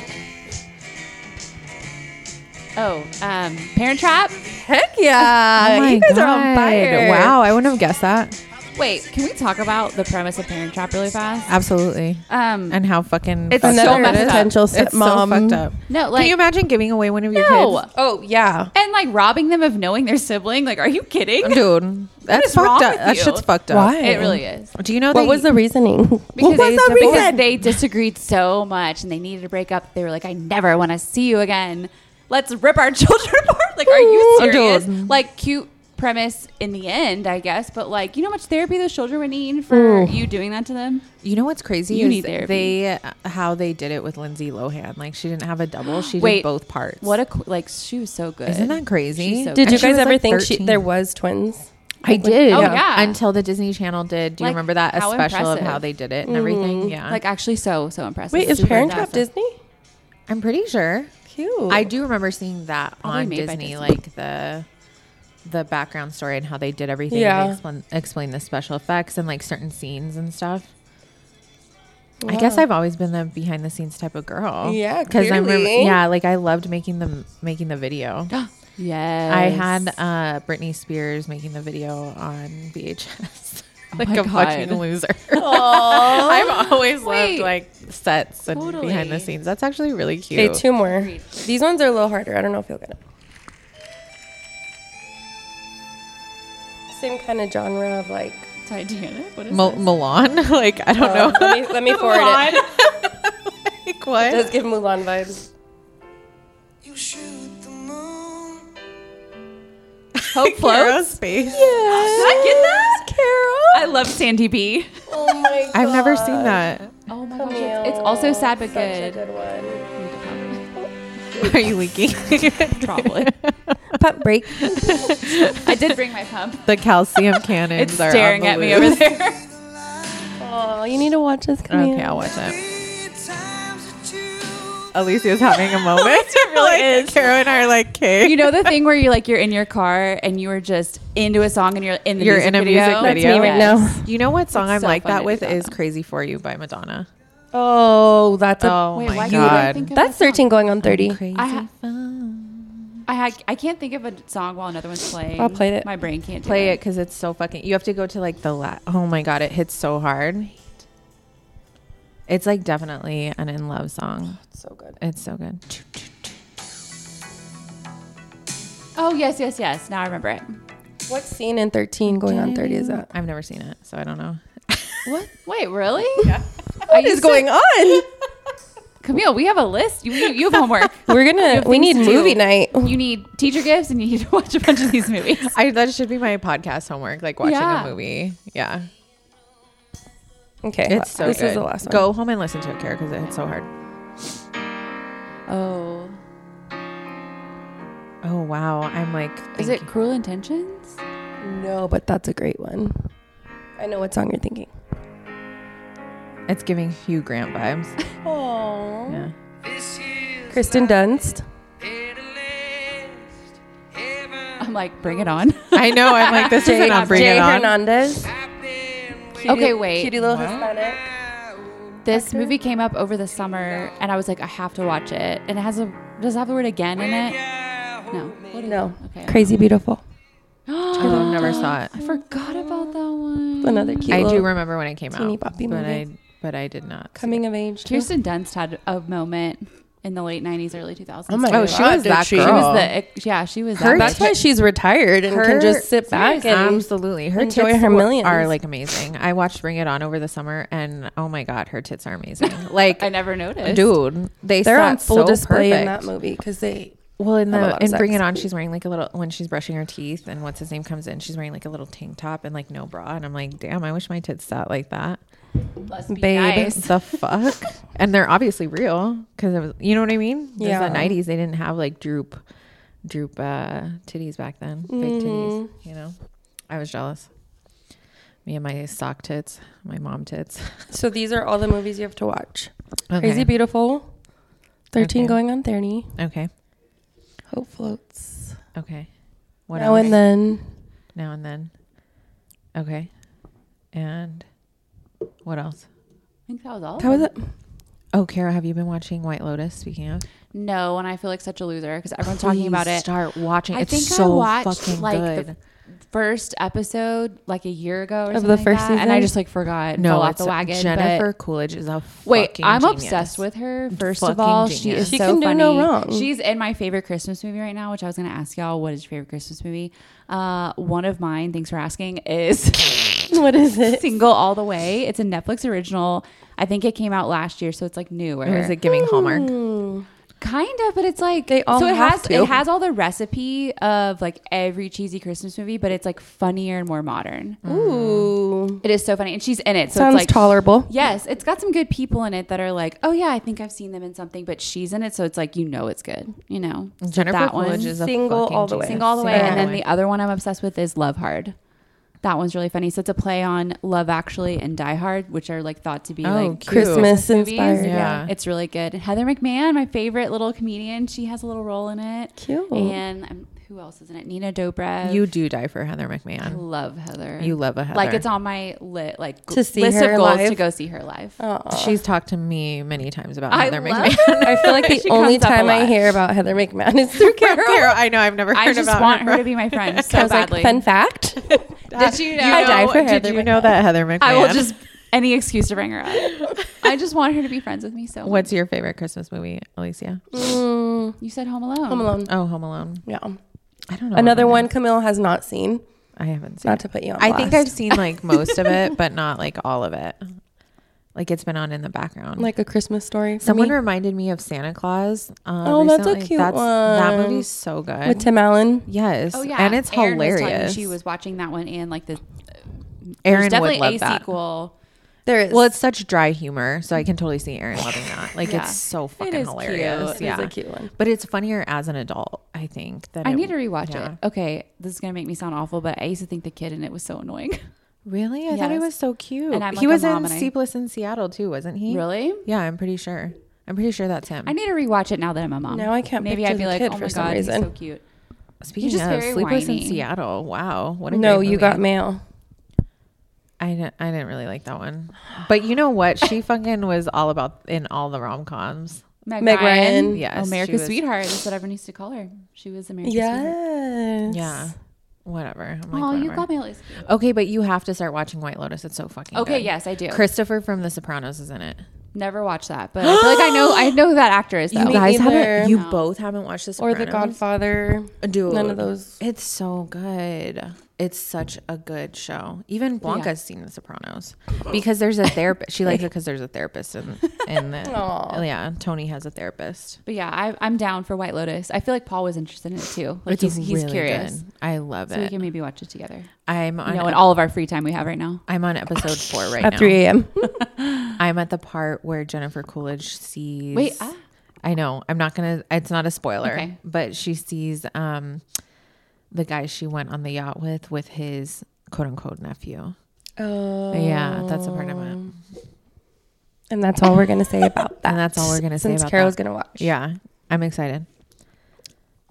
C: Oh, um, Parent Trap.
B: Heck yeah!
A: Oh
B: you
A: my
B: guys are on
A: God.
B: fire.
A: Wow, I wouldn't have guessed that.
C: Wait, can we talk about the premise of Parent Trap really fast?
A: Absolutely.
C: Um,
A: And how fucking
C: It's
A: fucked
C: so
A: up it
C: messed
A: is.
C: up.
B: potential
A: It's so
B: stepmom.
A: fucked up.
C: no,
A: Can you
C: like
A: imagine giving away one of your
C: no,
B: Oh yeah.
C: and like robbing them of knowing their sibling. Like, are you kidding?
A: kids? Dude, that's
C: is wrong
A: fucked up.
C: with
A: That
C: you?
A: shit's fucked up.
B: Why?
C: It really is.
A: Do you know
B: What
A: they-
B: was the reasoning?
C: Because,
B: what was
C: they,
B: the
C: because
B: reason?
C: they disagreed so much and they needed to break up. They were like, I never want to see you again. Let's rip our children apart. Like, are you
A: Ooh,
C: serious?
A: dude.
C: Like, cute premise in the end, I guess. But, like, you know how much therapy those children would need for you doing that to them?
A: You know what's crazy?
C: You
A: is
C: need therapy.
A: They uh, how they did it with Lindsay Lohan. Like she didn't have a double. She did
C: Wait,
A: both parts.
C: What a, qu- like, she was so good.
A: Isn't that crazy?
C: She's so
B: Did
C: good.
B: you
A: And she
B: guys
A: was,
B: ever
A: like,
B: think she,
A: 13.
B: there was twins?
A: I did.
C: Oh, yeah.
A: Until the Disney Channel did. Do you
C: Like,
A: remember that? A
C: how
A: special
C: impressive. Mm-hmm.
A: of how they did it and everything. Yeah.
C: Like, actually, so, so impressive.
B: Wait, is
C: Super
B: Parent Trap
C: impressive.
B: Disney?
A: I'm pretty sure.
B: Cute.
A: I do remember seeing that
C: Probably
A: on
C: made by
A: Disney,
C: Disney.
A: like the the background story and how they did everything.
B: Yeah.
A: And they explain, explain the special effects and like certain scenes and stuff. I guess I've always been the behind the scenes type of girl.
B: Yeah,
A: I remember.
B: clearly.
A: Yeah, like I loved making the making the video.
C: Yes.
A: I had uh, Britney Spears making the video on VHS. like
C: Oh my
A: a fucking
C: God.
A: loser. I've always
C: Wait.
A: loved like sets and
C: Totally.
A: behind the scenes. That's actually really cute.
B: Okay, two more. These ones are a little harder. I don't know if you'll get it. Same kind of genre of like.
C: Titanic. What is
A: Mil- Milan? like I don't know.
B: uh, let, me, let me forward it. It
A: like what?
B: does give Mulan vibes.
D: You shoot the moon.
C: Hope Floats?
A: Space.
C: Did I get that? Carol. I love Sandy B.
B: Oh my god.
A: I've never seen that.
C: Oh my gosh. It's, it's also sad but
B: Such a
C: good.
B: good one.
A: Are you leaking?
C: Probably.
B: Pump break.
C: I did bring my pump.
A: the calcium cannons
C: It's
A: are on
C: staring
A: the
C: at me
A: loose.
C: over there.
B: Oh, you need to watch this. Camille.
A: Okay, I'll watch it.
D: Three times that you
A: Alicia's having a moment.
C: It really
A: like,
C: is.
A: Kara and I are like, okay.
C: You know the thing where you're like you're in your car and you are just into a song and you're in the
A: You're
C: music
A: in a
C: video.
A: music That's video.
B: me right
C: Yes.
A: You know what song
C: It's
A: I'm
C: so
A: like
C: fun
A: that
C: to
A: with
C: do that.
A: is Crazy for You by Madonna.
B: Oh, that's a.
A: Oh
C: Wait,
A: my
C: why can't I
A: god.
C: think of
B: That's
C: a song?
B: 13 going on 30.
A: Crazy
C: I ha-
A: fun.
C: I ha- I can't think of a song while another one's playing.
B: I'll play it.
C: My brain can't do
A: Play it because it's so fucking. You have to go to like the la- Oh my god, it hits so hard. It's like definitely an in love song.
B: So good.
A: It's so good.
C: Oh yes, yes, yes. Now I remember it.
B: What scene in 13 going on 30 is that?
A: I've never seen it, so I don't know.
C: What? Wait, really? Yeah. I
B: What is
C: used to-
B: going on?
C: Camille, we have a list. You, you, you have homework.
B: We're gonna. We need
C: things to do.
B: movie night.
C: you need teacher gifts and you need to watch a bunch of these movies.
A: I that should be my podcast homework, like watching
C: Yeah.
A: a movie. Yeah,
B: Okay,
A: it's so
B: this
A: good.
B: is the last one.
A: Go home and listen to it, Kara, because it hits so hard.
C: Oh.
A: Oh wow, I'm like,
C: Is
A: thank
C: it Cruel Intentions?
B: No, but that's a great one. I know what song you're thinking.
A: you. It's giving Hugh Grant vibes.
B: Oh,
A: Yeah.
D: This year's
B: Kristen Dunst.
D: Italy's heaven.
C: I'm like, bring it on.
A: I know. I'm like, this isn't on Bring
B: Jay
A: It On.
B: Hernandez.
D: I've been
C: Okay, wait.
B: Cutie little Hispanic.
D: without
C: This
B: actor?
C: movie came up over the summer, and I was like, I have to watch it. And it has a does it have the word again in it? No. What is
B: No.
C: It? Okay.
B: Crazy Beautiful.
A: I never saw it.
C: I forgot about that one.
B: Another cute
A: I do
B: little
A: remember when it came
B: teeny
A: out,
B: boppy
A: but I
B: movie.
A: but I did not. see
B: coming of age. too.
C: Kirsten Dunst had a moment in the late '90s, early 2000s.
B: Oh my
A: it. Oh, she was
B: did
A: that
B: she?
A: girl.
C: She was the yeah. She was
A: Her
C: that
B: That's
C: bitch.
B: why she's retired and can just sit back and
A: absolutely her
B: enjoy
A: tits
B: her
A: were-
B: millions.
A: are like amazing. I watched Bring It On over the summer, and oh my god, her tits are amazing. Like
C: I never noticed.
A: dude, they
B: they're on
A: sat
B: full
A: so
B: display in
A: perfect.
B: that movie because they
A: Well, in
B: have a lot
A: the
B: of
A: in Bring
B: sex.
A: It On, she's wearing like a little when she's brushing her teeth, and what's his name comes in, she's wearing like a little tank top and like no bra, and I'm like, damn, I wish my tits sat like that.
C: Let's be
B: Babe.
C: nice.
A: The fuck, and they're obviously real because it was, you know what I mean. 'Cause
B: Yeah.
A: the '90s, they didn't have like droop, droop uh, titties back then, fake titties. You know, I was jealous. Me and my sock tits, my mom tits.
B: So these are all the movies you have to watch.
A: Okay.
B: Crazy Beautiful, 13
A: Okay.
B: going on 30,
A: Okay,
B: Hope Floats,
A: okay. What
B: Now
A: else?
B: and Then,
A: now and then. Okay, and what else?
C: I think that was all.
B: that was it.
A: Oh, Kara, have you been watching White Lotus? Speaking of,
C: No, and I feel like such a loser because everyone's talking
A: Please
C: about it.
A: Start watching.
C: I
A: it's
C: think
A: so
C: I watched
A: fucking
C: like
A: good.
C: the first episode like a year ago or
B: the
C: something like
B: first
C: that, and I
B: season?
C: just like forgot. and
A: no,
C: fell off
A: it's
C: the wagon. but-
A: Jennifer Coolidge is a
C: Wait,
A: fucking
C: I'm
A: genius.
C: obsessed with her. First of
A: Fucking
C: all, she
A: genius.
C: is
B: She
C: so
B: can do
C: funny.
B: no wrong.
C: She's in my favorite Christmas movie right now, which I was going to ask y'all what is your favorite Christmas movie. Uh, one of mine, thanks for asking, is
B: What is it?
C: Single All the Way. It's a Netflix original. I think it came out last year, so it's like newer.
A: Or is it giving Hallmark?
C: Kind of, but it's like
B: They all
C: so it
B: have
C: has
B: to.
C: it has all the recipe of like every cheesy Christmas movie, but it's like funnier and more modern.
B: Ooh.
C: It is so funny, and she's in it, so
B: Sounds
C: it's like
B: tolerable.
C: Yes, it's got some good people in it that are like, oh yeah, I think I've seen them in something, but she's in it, so it's like you know it's good, you know. So
A: Jennifer
C: that one,
A: Coolidge is a
B: Single
A: fucking
B: all the way.
A: genius.
C: Single all the way,
B: Single
C: and
B: All
C: then the other one I'm obsessed with is Love Hard. That one's really funny. So it's a play on Love Actually and Die Hard, which are like thought to be
A: Oh,
C: like
A: cute.
B: Christmas
C: movies.
B: inspired.
A: Yeah.
C: It's really good. And Heather McMahon, my favorite little comedian, she has a little role in it.
B: Cute.
C: And um, who else is in it? Nina Dobrev.
A: you do die for Heather
C: I
A: McMahon.
C: love Heather.
A: You love a Heather.
C: Like it's on my lit like
B: To see
C: list
B: her Oh,
C: of goals
B: live?
C: to go see her live.
B: Aw.
A: She's talked to me many times about
C: I
A: Heather
C: love
A: McMahon.
B: I feel like the
C: She
B: only
C: comes up a
B: time I
C: lot.
B: hear about Heather McMahon is through Carol.
A: Carol, I know I've never heard
C: I just
A: about
C: want
A: her.
C: her to be my friend
B: I
C: so
B: was like,
C: badly.
B: fun fact.
C: Did you know?
B: I die for
A: did
B: Heather
A: you know that Heather McMahon?
C: I will just any excuse to bring her up. I just want her to be friends with me. So
A: What's your favorite Christmas movie, Alicia?
B: Mm,
C: you said? Home Alone.
B: Home Alone.
A: Oh, Home Alone.
B: Yeah.
A: I don't know.
B: Another
A: if I
B: one
A: know.
B: Camille has not seen.
A: I haven't seen.
B: Not
A: it.
B: to put you on
A: I think
B: blast.
A: I've seen like most of it, but not like all of it. Like it's been on in the background.
B: like a Christmas story. For
A: Someone
B: me.
A: reminded me of Santa Claus. Uh,
B: Oh, that's a
A: recently.
B: cute
A: That
B: one.
A: movie's so good.
B: with Tim Allen.
A: yes.
C: Oh yeah.
A: And it's
C: Erin was telling me
A: hilarious.
C: she was watching that one and like the.
A: Erin
C: there's definitely
A: would love
C: a
A: that.
C: sequel.
B: There is.
A: Well, it's such dry humor, so I can totally see Erin loving that. Like
C: Yeah.
A: it's so fucking
C: is cute.
A: hilarious.
C: It is
A: Yeah.
B: a cute one.
A: But it's funnier as an adult, I think. Than
C: I
A: it-
C: need to rewatch
A: yeah.
C: it. Okay, this is gonna make me sound awful, but I used to think the kid in it was so annoying.
A: Really? I thought he
C: Yes.
A: was so cute.
C: And I'm
A: he
C: like a
A: was in
C: mom and I-
A: Sleepless in Seattle too, wasn't he?
C: really?
A: Yeah, I'm pretty sure. I'm pretty sure that's him.
C: I need to rewatch it now that I'm a mom.
B: Now I can't
C: Maybe
B: picture
C: I'd be
B: the
C: like,
B: kid
C: oh
B: for
C: my
B: some
C: god, he's so
B: reason.
C: cute.
A: Speaking
C: just
A: of
C: very
A: Sleepless
C: whiny.
A: in Seattle, wow, what a
B: no,
A: great
B: you
A: movie.
B: got mail.
A: I didn't, I didn't really like that one, but you know what? She fucking was all about in all the rom coms.
C: Meg,
B: Meg Ryan.
C: Ryan, Oh,
A: Yes, she
C: America's
A: was-
C: sweetheart. That's what everyone used to call her. She was America's sweetheart.
B: Yes.
A: Yeah, whatever. I'm like,
C: Oh, you
A: whatever.
C: got me at least.
A: Okay, but you have to start watching White Lotus. It's so fucking
C: Okay,
A: good.
C: yes, I do.
A: Christopher from The Sopranos is in it.
C: Never watched that, but I feel like I know I know who that actor is.
B: You
C: Though.
B: Me guys haven't- either. you
A: both haven't watched The
B: Or The Godfather.
A: Dude,
B: None of those.
A: It's so good. It's such a good show. Even Blanca's seen The Sopranos because there's a therapist. She likes it because there's a therapist in in the.
B: Aw.
A: Yeah, Tony has a therapist.
C: but yeah, I, I'm down for White Lotus. I feel like Paul was interested in it too. Like he's, he's curious,
A: Good. I love
C: so we
A: it.
C: can maybe watch it together.
A: I'm on.
C: You know, in all of our free time we have right now.
A: I'm on episode four right
B: At
A: now.
B: 3 a.m.
A: I'm at the part where Jennifer Coolidge sees.
C: Wait, ah.
A: I know. I'm not gonna. It's not a spoiler,
C: Okay.
A: but she sees um, the guy she went on the yacht with with his quote unquote nephew.
B: Oh.
A: Yeah, that's the part I'm
C: Oh,
A: at.
B: And that's all we're going to say about that.
A: And that's all we're gonna say
B: Since
A: about
B: Carol's
A: that.
B: going to watch.
A: Yeah, I'm excited.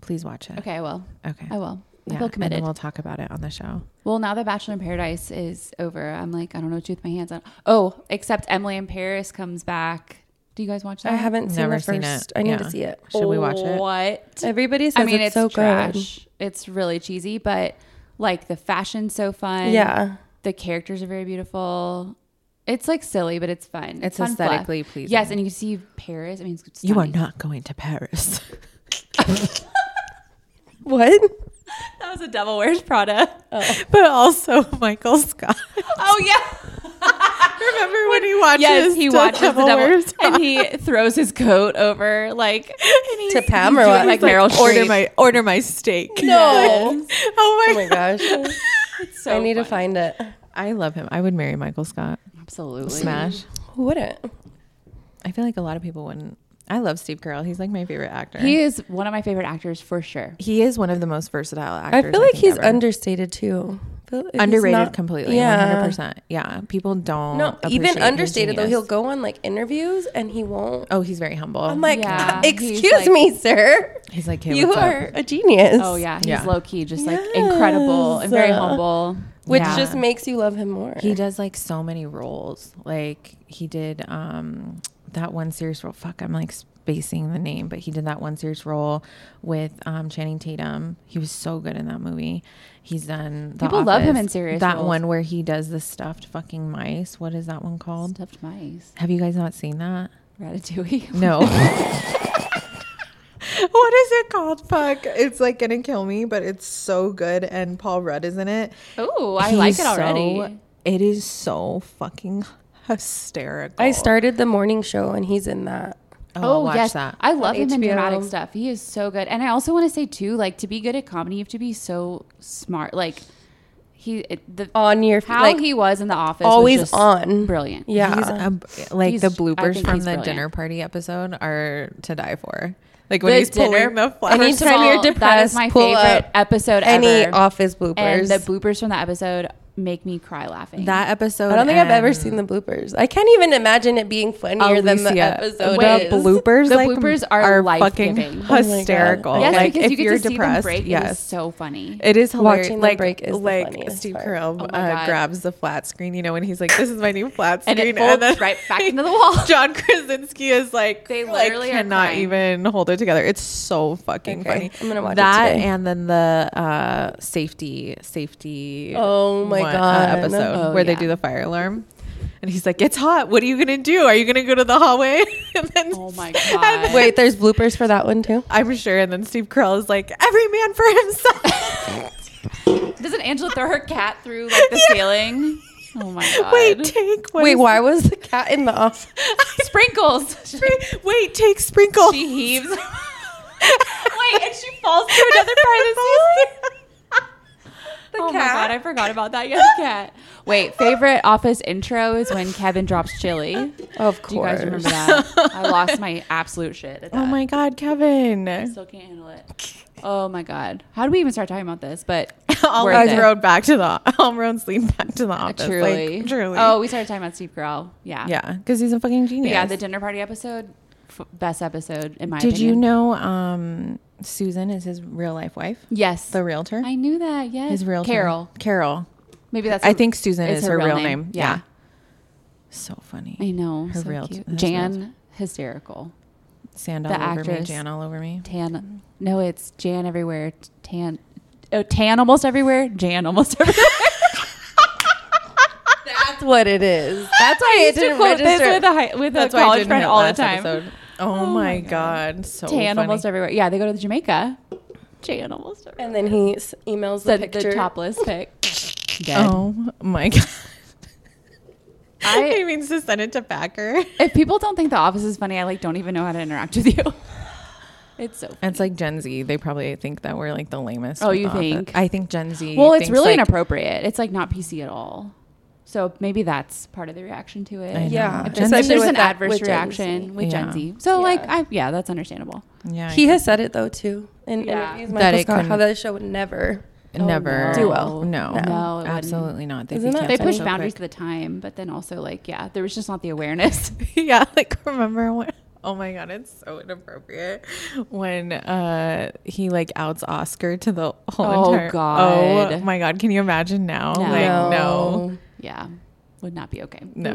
A: Please watch it.
C: Okay, I will.
A: Okay.
C: I will.
A: Yeah,
C: I feel
A: and then
C: committed.
A: we'll talk about it on the show.
C: Well, now that Bachelor in Paradise is over, I'm like, I don't know what to do with my hands. On. Oh, except Emily in Paris comes back. Do you guys watch that?
B: I haven't seen
A: Never
B: the
A: seen
B: first.
A: it.
B: I need
A: Yeah.
B: to see it.
A: Should we watch
C: Oh,
A: it?
C: What?
B: Everybody says
C: I mean,
B: it's,
C: it's,
B: so
C: trash. It's really cheesy, but like the fashion's so fun.
B: good. Yeah.
C: The characters are very beautiful. It's like silly, but it's fun.
A: It's
C: fun fluff.
A: aesthetically pleasing.
C: Yes, and you see Paris. I mean, it's
A: You are
C: stunning.
A: not going to Paris.
B: What?
C: That was a Devil Wears Prada.
A: but also Michael Scott.
C: Oh yeah,
A: Remember when he watches?
C: yes. He
A: the
C: watches the Devil
A: Wears
C: Wears and he throws his coat over like
B: To Pam or what?
C: like Meryl
A: Order
C: Streep.
A: my order my steak.
B: No.
A: Oh my,
B: oh my gosh.
C: It's so
B: I need to
C: funny.
B: find it.
A: I love him. I would marry Michael Scott.
C: absolutely
A: Smash.
B: Who wouldn't?
A: I feel like a lot of people wouldn't. I love Steve Carell. He's like my favorite actor.
C: He is one of my favorite actors for sure.
A: he is one of the most versatile
B: I
A: actors.
B: feel like
A: think,
B: he's
A: ever.
B: understated too. I feel like he's
A: underrated
B: not-
A: completely.
B: Yeah.
A: Yeah, 100%. Yeah, people don't.
B: No, even
A: appreciate his
B: understated though.
A: genius.
B: He'll go on like interviews and he won't.
A: Oh, he's very humble.
B: I'm like, "Uh,
C: Yeah. He's
B: excuse
C: like-
B: me, sir.
A: he's like, hey,
B: You
A: what's up?"
B: are a genius.
C: Oh yeah, he's
A: Yeah.
C: low key, just like incredible and very
B: Yes.
C: humble.
B: Which
A: Yeah.
B: just makes you love him more.
A: He does like so many roles. Like he did um that one series role. Fuck, I'm like spacing the name, but he did that one series role with um Channing Tatum. He was so good in that movie. He's done. The
C: People love him
A: Office.
C: in serious
A: That
C: roles.
A: one where he does the stuffed fucking mice. What is that one called?
C: stuffed mice,
A: Have you guys not seen that?
C: ratatouille.
A: No. what is it called? Fuck. It's like gonna kill me, but it's so good and Paul Rudd is in it.
C: Oh, I
A: He's
C: like it
A: so-
C: already.
A: it is so fucking hysterical.
B: I started the morning show and he's in that.
A: Oh, watch that.
C: I
B: On
C: love him in
B: HBO.
C: dramatic stuff. He is so good. And I also want to say too, like to be good at comedy, you have to be so smart. Like he, it, the
B: On your
C: how
B: like
C: he was in the office, was
B: always
C: just
B: on.
C: brilliant.
B: Yeah. uh,
A: He's a- um, like
C: He's-
A: the
C: I
A: bloopers
C: think
A: from the
C: he's brilliant.
A: dinner party episode are to die for. Like when
C: The
A: he's pulling
C: dinner-
A: the flowers.
C: First of
B: Anytime you're
C: all, that is
B: depressed,
C: my
B: pull
C: favorite
B: up
C: episode
B: any
C: ever.
B: office bloopers.
C: and the bloopers from that episode make me cry laughing.
A: That episode.
B: I don't think I've ever
A: and
B: seen the bloopers. I can't even imagine it being funnier than the
A: Alicia,
B: episode.
A: The
B: is.
A: bloopers,
C: The
A: like,
C: bloopers are
A: fucking
C: life-giving. Oh
B: my God.
A: hysterical.
C: yes,
A: like
C: because
A: if
C: you get
A: are
C: to see them
A: depressed,
C: break. Yes,
A: yes,
C: so funny.
A: It is hilarious.
B: Watching them
A: like,
B: break is the
A: like
B: funniest
A: Steve
B: part.
A: Carell
C: Oh my
A: uh,
C: God.
A: grabs the flat screen, you know, and he's like, "This is my new flat screen,"
C: And it folds right back into the wall.
A: John Krasinski is like,
C: They
A: like,
C: literally are
A: cannot
C: crying.
A: even hold it together. It's so fucking
B: Okay,
A: funny.
B: I'm gonna watch it
A: that,
B: today.
A: and then the uh, safety, safety.
B: Oh my
A: one, uh,
B: God.
A: episode
C: Oh,
A: where they
C: yeah.
A: do the fire alarm. And he's like, "It's hot. What are you gonna do? Are you gonna go to the hallway?" And then,
C: Oh my
A: and then-
C: God.
B: Wait, there's bloopers for that one too.
A: I'm sure. And then Steve Carell is like, "Every man for himself."
C: Doesn't Angela throw her cat through like the
A: Yeah.
C: ceiling? Oh my god!
A: Wait, take what
B: Wait,
A: is-
B: why was the cat in the office?
C: sprinkles.
A: Spring- Wait, take sprinkle.
C: she heaves.
A: Wait,
C: Wait, and she falls through another part of the ceiling. oh my
B: cat?
C: god, I forgot about that. Yes, cat. Wait, favorite office intro is when Kevin drops chili.
B: Of
C: Do you guys remember
B: course.
C: that? I lost my absolute shit. At that.
A: Oh my god, Kevin.
C: Still can't handle it. Oh my god! How do we even start talking about this? But
A: All
C: worth
A: roads
C: it.
A: rode back to the all roads lead back to the office.
C: truly,
A: Like, truly.
C: Oh, we started talking about Steve Carell. Yeah,
A: yeah, because he's a fucking
C: But
A: genius.
C: yeah. The dinner party episode, f- best episode in my.
A: Did you
C: opinion.
A: know um, Susan is his real life wife,
C: Yes,
A: the realtor?
C: I knew that. Yes,
A: his realtor,
C: Carol.
A: Carol.
C: Maybe that's.
A: I
C: her-
A: think Susan
C: is
A: is her, real name. Yeah. So
C: I
A: funny.
C: know.
A: Her
C: so
A: real-
C: cute.
A: his
C: Jan hysterical.
A: Sand all
C: the
A: over me,
C: actress.
A: Jan all over me.
C: Tan. No, it's Jan everywhere. T- Tan. Oh, tan almost everywhere. Jan almost everywhere.
B: That's what it is. That's why it
C: I used to
B: didn't
C: quote this with
B: register.
C: a, hi- with a
A: why I
C: college
A: didn't
C: friend
A: hit
C: all the
A: last
C: time.
A: episode. Oh, my god. so
C: Tan
A: funny.
C: almost everywhere. Yeah, they go to Jamaica. Jan almost everywhere.
B: And then he s- emails the
C: The,
B: picture.
C: the topless pic. Dead.
A: Oh my god.
C: I-
A: he means to send it to Packer.
C: If people don't think The Office is funny, I like don't even know how to interact with you. It's so.
A: It's like Gen Z. They probably think that we're like the lamest.
C: Oh,
A: with
C: you
A: The Office.
C: think?
A: I think Gen Z.
C: Well, it's
A: thinks,
C: really
A: like,
C: inappropriate. It's like not PC at all. So maybe that's part of the reaction to it.
A: I know.
B: Yeah,
C: If
A: Gen
C: there's,
A: Z-
C: if there's
B: with
C: an
B: that-
C: adverse
B: with Gen
C: reaction
B: Z.
C: with
A: Yeah.
C: Gen Z. So
B: Yeah.
C: like I yeah, that's understandable.
A: Yeah,
B: He has said it though too in
C: Yeah.
B: interviews.
A: That
B: Michael
A: it
B: Scott, how
A: couldn't-
B: that show would never.
C: Oh,
A: never
C: no.
B: Do well.
A: No,
B: No.
C: No, it wouldn't.
A: absolutely not. They'd be
B: Isn't that-
C: They
A: canceled
C: pushed
A: so
C: boundaries
A: quick.
C: at the time, but then also like yeah, there was just not the awareness.
A: yeah, like remember when Oh my god, it's so inappropriate when uh he like outs Oscar to the whole
C: Oh,
A: entire.
C: God.
A: Oh my god, can you imagine now?
C: No.
A: Like no,
C: Yeah, would not be okay.
A: no.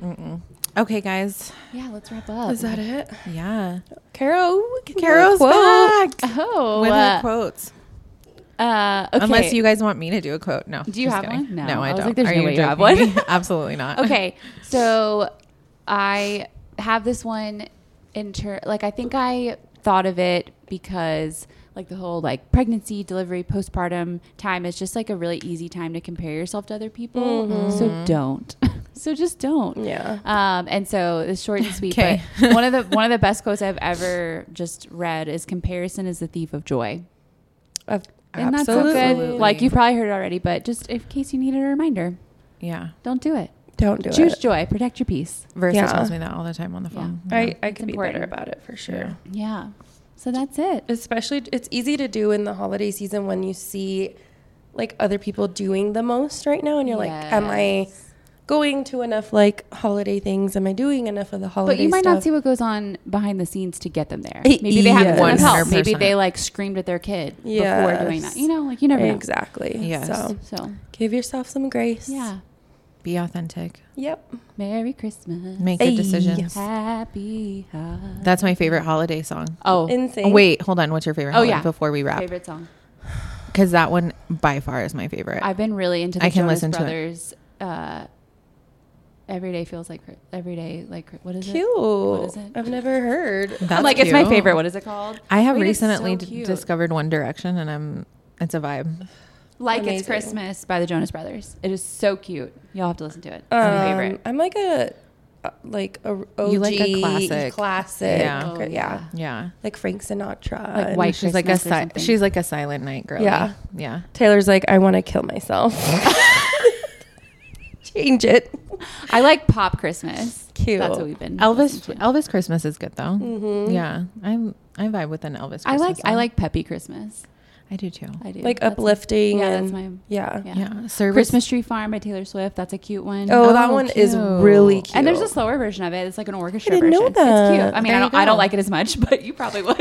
A: Mm-mm. Okay, guys.
C: Yeah, let's wrap up.
B: Is that it?
A: Yeah,
B: Caro,
A: Carol's back
C: oh,
A: with her
C: uh,
A: quotes.
C: uh, okay.
A: Unless you guys want me to do a quote. No.
C: Do you
A: just
C: have
A: kidding.
C: one? No.
A: No, I,
C: I was
A: don't.
C: like, there's
A: Are
C: no
A: you
C: way you have
A: joking?
C: one.
A: Absolutely not.
C: okay, so I have this one in ter- like I think I thought of it because like the whole like pregnancy, delivery, postpartum time is just like a really easy time to compare yourself to other people. So don't. so just don't.
B: Mm-hmm. Yeah.
C: Um, and so it's short and sweet.
A: Okay.
C: But one of the one of the best quotes I've ever just read is comparison is the thief of joy.
B: Of-
C: And that's so good.
A: Absolutely.
C: Like you've probably heard it already, but just in case you needed a reminder,
A: Yeah.
C: don't do it.
B: Don't do
C: Choose
B: it.
C: joy. Protect your peace.
A: Versa
B: Yeah.
A: tells me that all the time on the
C: Yeah.
A: phone.
B: I, I
C: It's
B: could be
C: important.
B: better about it for sure.
A: Yeah.
C: Yeah. So that's it.
B: Especially, it's easy to do in the holiday season when you see like other people doing the most right now, and you're like, "Am I going to enough like holiday things? Am I doing enough of the holiday?"
C: But you might not
B: stuff?"
C: see what goes on behind the scenes to get them there.
B: Eh,
C: Maybe they haven't done
B: yes.
C: help. Maybe
A: 100%.
C: they like screamed at their kid before doing that.
B: Yes.
C: You know, like you never know.
B: exactly.
A: Yes.
B: So
C: So
B: give yourself some grace.
C: yeah.
A: Be authentic.
B: Yep.
C: Merry Christmas.
A: Make good
B: Ay.
A: decisions.
C: Happy. holidays.
A: That's my favorite holiday song.
C: Oh,
B: Insane.
A: Wait, hold on. What's your favorite?
C: Oh,
A: holiday
C: yeah.
A: Before we wrap,
C: favorite song.
A: because that one by far is my favorite.
C: I've been really into the
A: I can
C: Jonas
A: listen to it.
C: Brothers. Uh, every day feels like Chri- every day like Chri- what is
B: Cute.
C: it? What is it?
B: I've never heard.
A: That's
C: I'm like it's my
A: cute.
C: favorite. What is it called?
A: I have
C: Wait, it's so
A: recently d-
C: cute.
A: discovered One Direction, and I'm it's a vibe.
C: Like
B: Amazing.
C: It's Christmas by the Jonas Brothers. It is so cute. Y'all have to listen to it. It's
B: Um,
C: my favorite.
B: I'm like a uh, like a r- OG
A: You like a classic.
B: classic. uh,
A: Yeah.
B: Yeah.
C: Oh, yeah.
A: Yeah,
B: Like Frank Sinatra.
C: Like
B: and
C: White
A: she's like a
C: Christmas or
A: si-
C: something.
A: she's like a silent night girl.
B: Yeah.
A: yeah.
B: Taylor's like, I want to kill myself. Change it.
C: I like Pop Christmas.
B: Cute.
C: That's what we've been.
A: Elvis
C: listening to.
A: Elvis Christmas is good though. Yeah, I'm I vibe with an Elvis. Christmas
C: Mm-hmm. I like I
A: song.
C: like Peppy Christmas.
A: I do too.
C: I do.
B: Like
C: That's my-
B: uplifting.
C: yeah,
B: and,
C: that's my.
B: Yeah.
C: Yeah.
A: yeah, service.
C: Christmas Tree Farm by Taylor Swift. That's a cute one.
B: Oh, that
A: Oh,
B: one is
A: cute.
B: really cute.
C: And there's a slower version of it. It's like an orchestra
B: I didn't know
C: version. It's
B: that.
C: cute. I mean,
A: There
C: I
A: you
C: don't, I
A: go.
C: don't like it as much, but you probably would.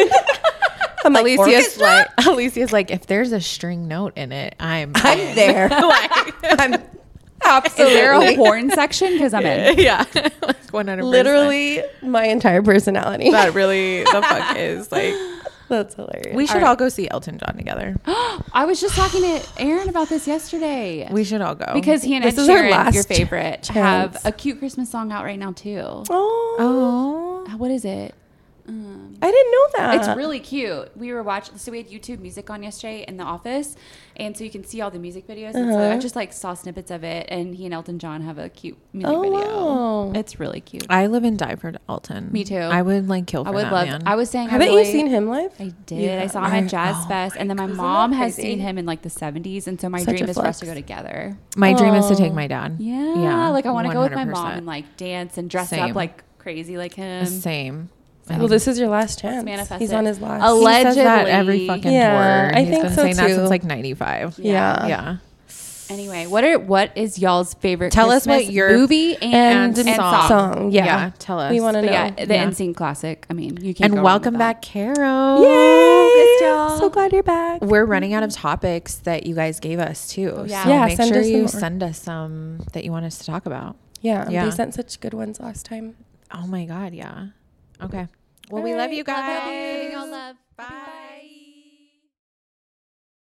B: I'm like,
A: Alicia's
B: orchestra?
A: like Alicia's like if there's a string note in it, I'm
B: I'm there. I'm
C: Is there
B: absolutely
C: a horn section? Because I'm in.
A: yeah, like one hundred
B: literally my entire personality.
A: That really the fuck is like.
B: That's hilarious.
A: We should all,
C: right.
A: go see Elton John together.
C: I was just talking to Aaron about this yesterday.
A: We should all go
C: because he and
B: This
C: Ed
B: is our
C: Sheeran,
B: last
C: your favorite,
B: chance.
C: have a cute Christmas song out right now too.
B: oh,
A: oh
C: Uh, What is it? Um,
B: I didn't know that.
C: it's really cute. We were watching, so we had YouTube music on yesterday in the office, and so you can see all the music videos. And so
B: Uh-huh.
C: I just like saw snippets of it, and he and Elton John have a cute music
B: Oh,
C: video.
B: wow.
C: It's really cute. I,
A: I live and die for Elton.
C: Me too.
A: I would like kill for
C: would
A: that
C: love.
A: man.
C: I was saying, I
B: Haven't
C: really,
B: you seen him live?
C: I did.
B: Yeah.
C: I saw him at
A: I-
C: Jazz
A: oh
C: Fest, and then my
B: Isn't that
C: mom has
B: crazy?
C: seen him in like the '70s, and so my
B: Such a
C: dream is for us to go
B: flex.
C: together.
A: My dream is to take
B: Oh.
A: my dad.
C: Yeah, like I want to go with my mom
A: 100%.
C: and like dance and dress
A: Same.
C: up like crazy like him.
A: Same. I
B: Well,
A: think-
B: this is your last chance.
C: manifest
B: He's
C: it.
B: on his last.
C: A
A: he says that
C: Allegedly.
A: every fucking
B: Yeah,
A: tour.
B: I
A: He's
B: think
A: been
B: so,
A: saying that
B: too.
A: since like '95.
B: yeah.
A: yeah.
C: Anyway, what are what is y'all's favorite?
A: Tell us what
C: Christmas
A: your-
C: movie and,
B: And,
C: and
B: song.
C: song.
B: Yeah.
A: Yeah, tell us.
B: We want to
C: But
B: know.
C: yeah, the
A: Yeah.
C: NSYNC classic. I mean, you can't. go
A: And
C: wrong
A: welcome
C: with
A: back,
C: that.
A: Carol.
B: Yay!
C: y'all.
B: So glad you're back.
A: We're running out of topics that you guys gave us too.
C: yeah.
A: So
B: Yeah,
A: make
B: send
A: sure
B: us some
A: you
B: more.
A: send us some that you want us to talk about.
B: Yeah,
A: Yeah.
B: They sent such good ones last time.
A: Oh my God, yeah. Okay. Well,
B: All
A: we love you
B: right, love
A: guys.
B: you.
C: Y'all love.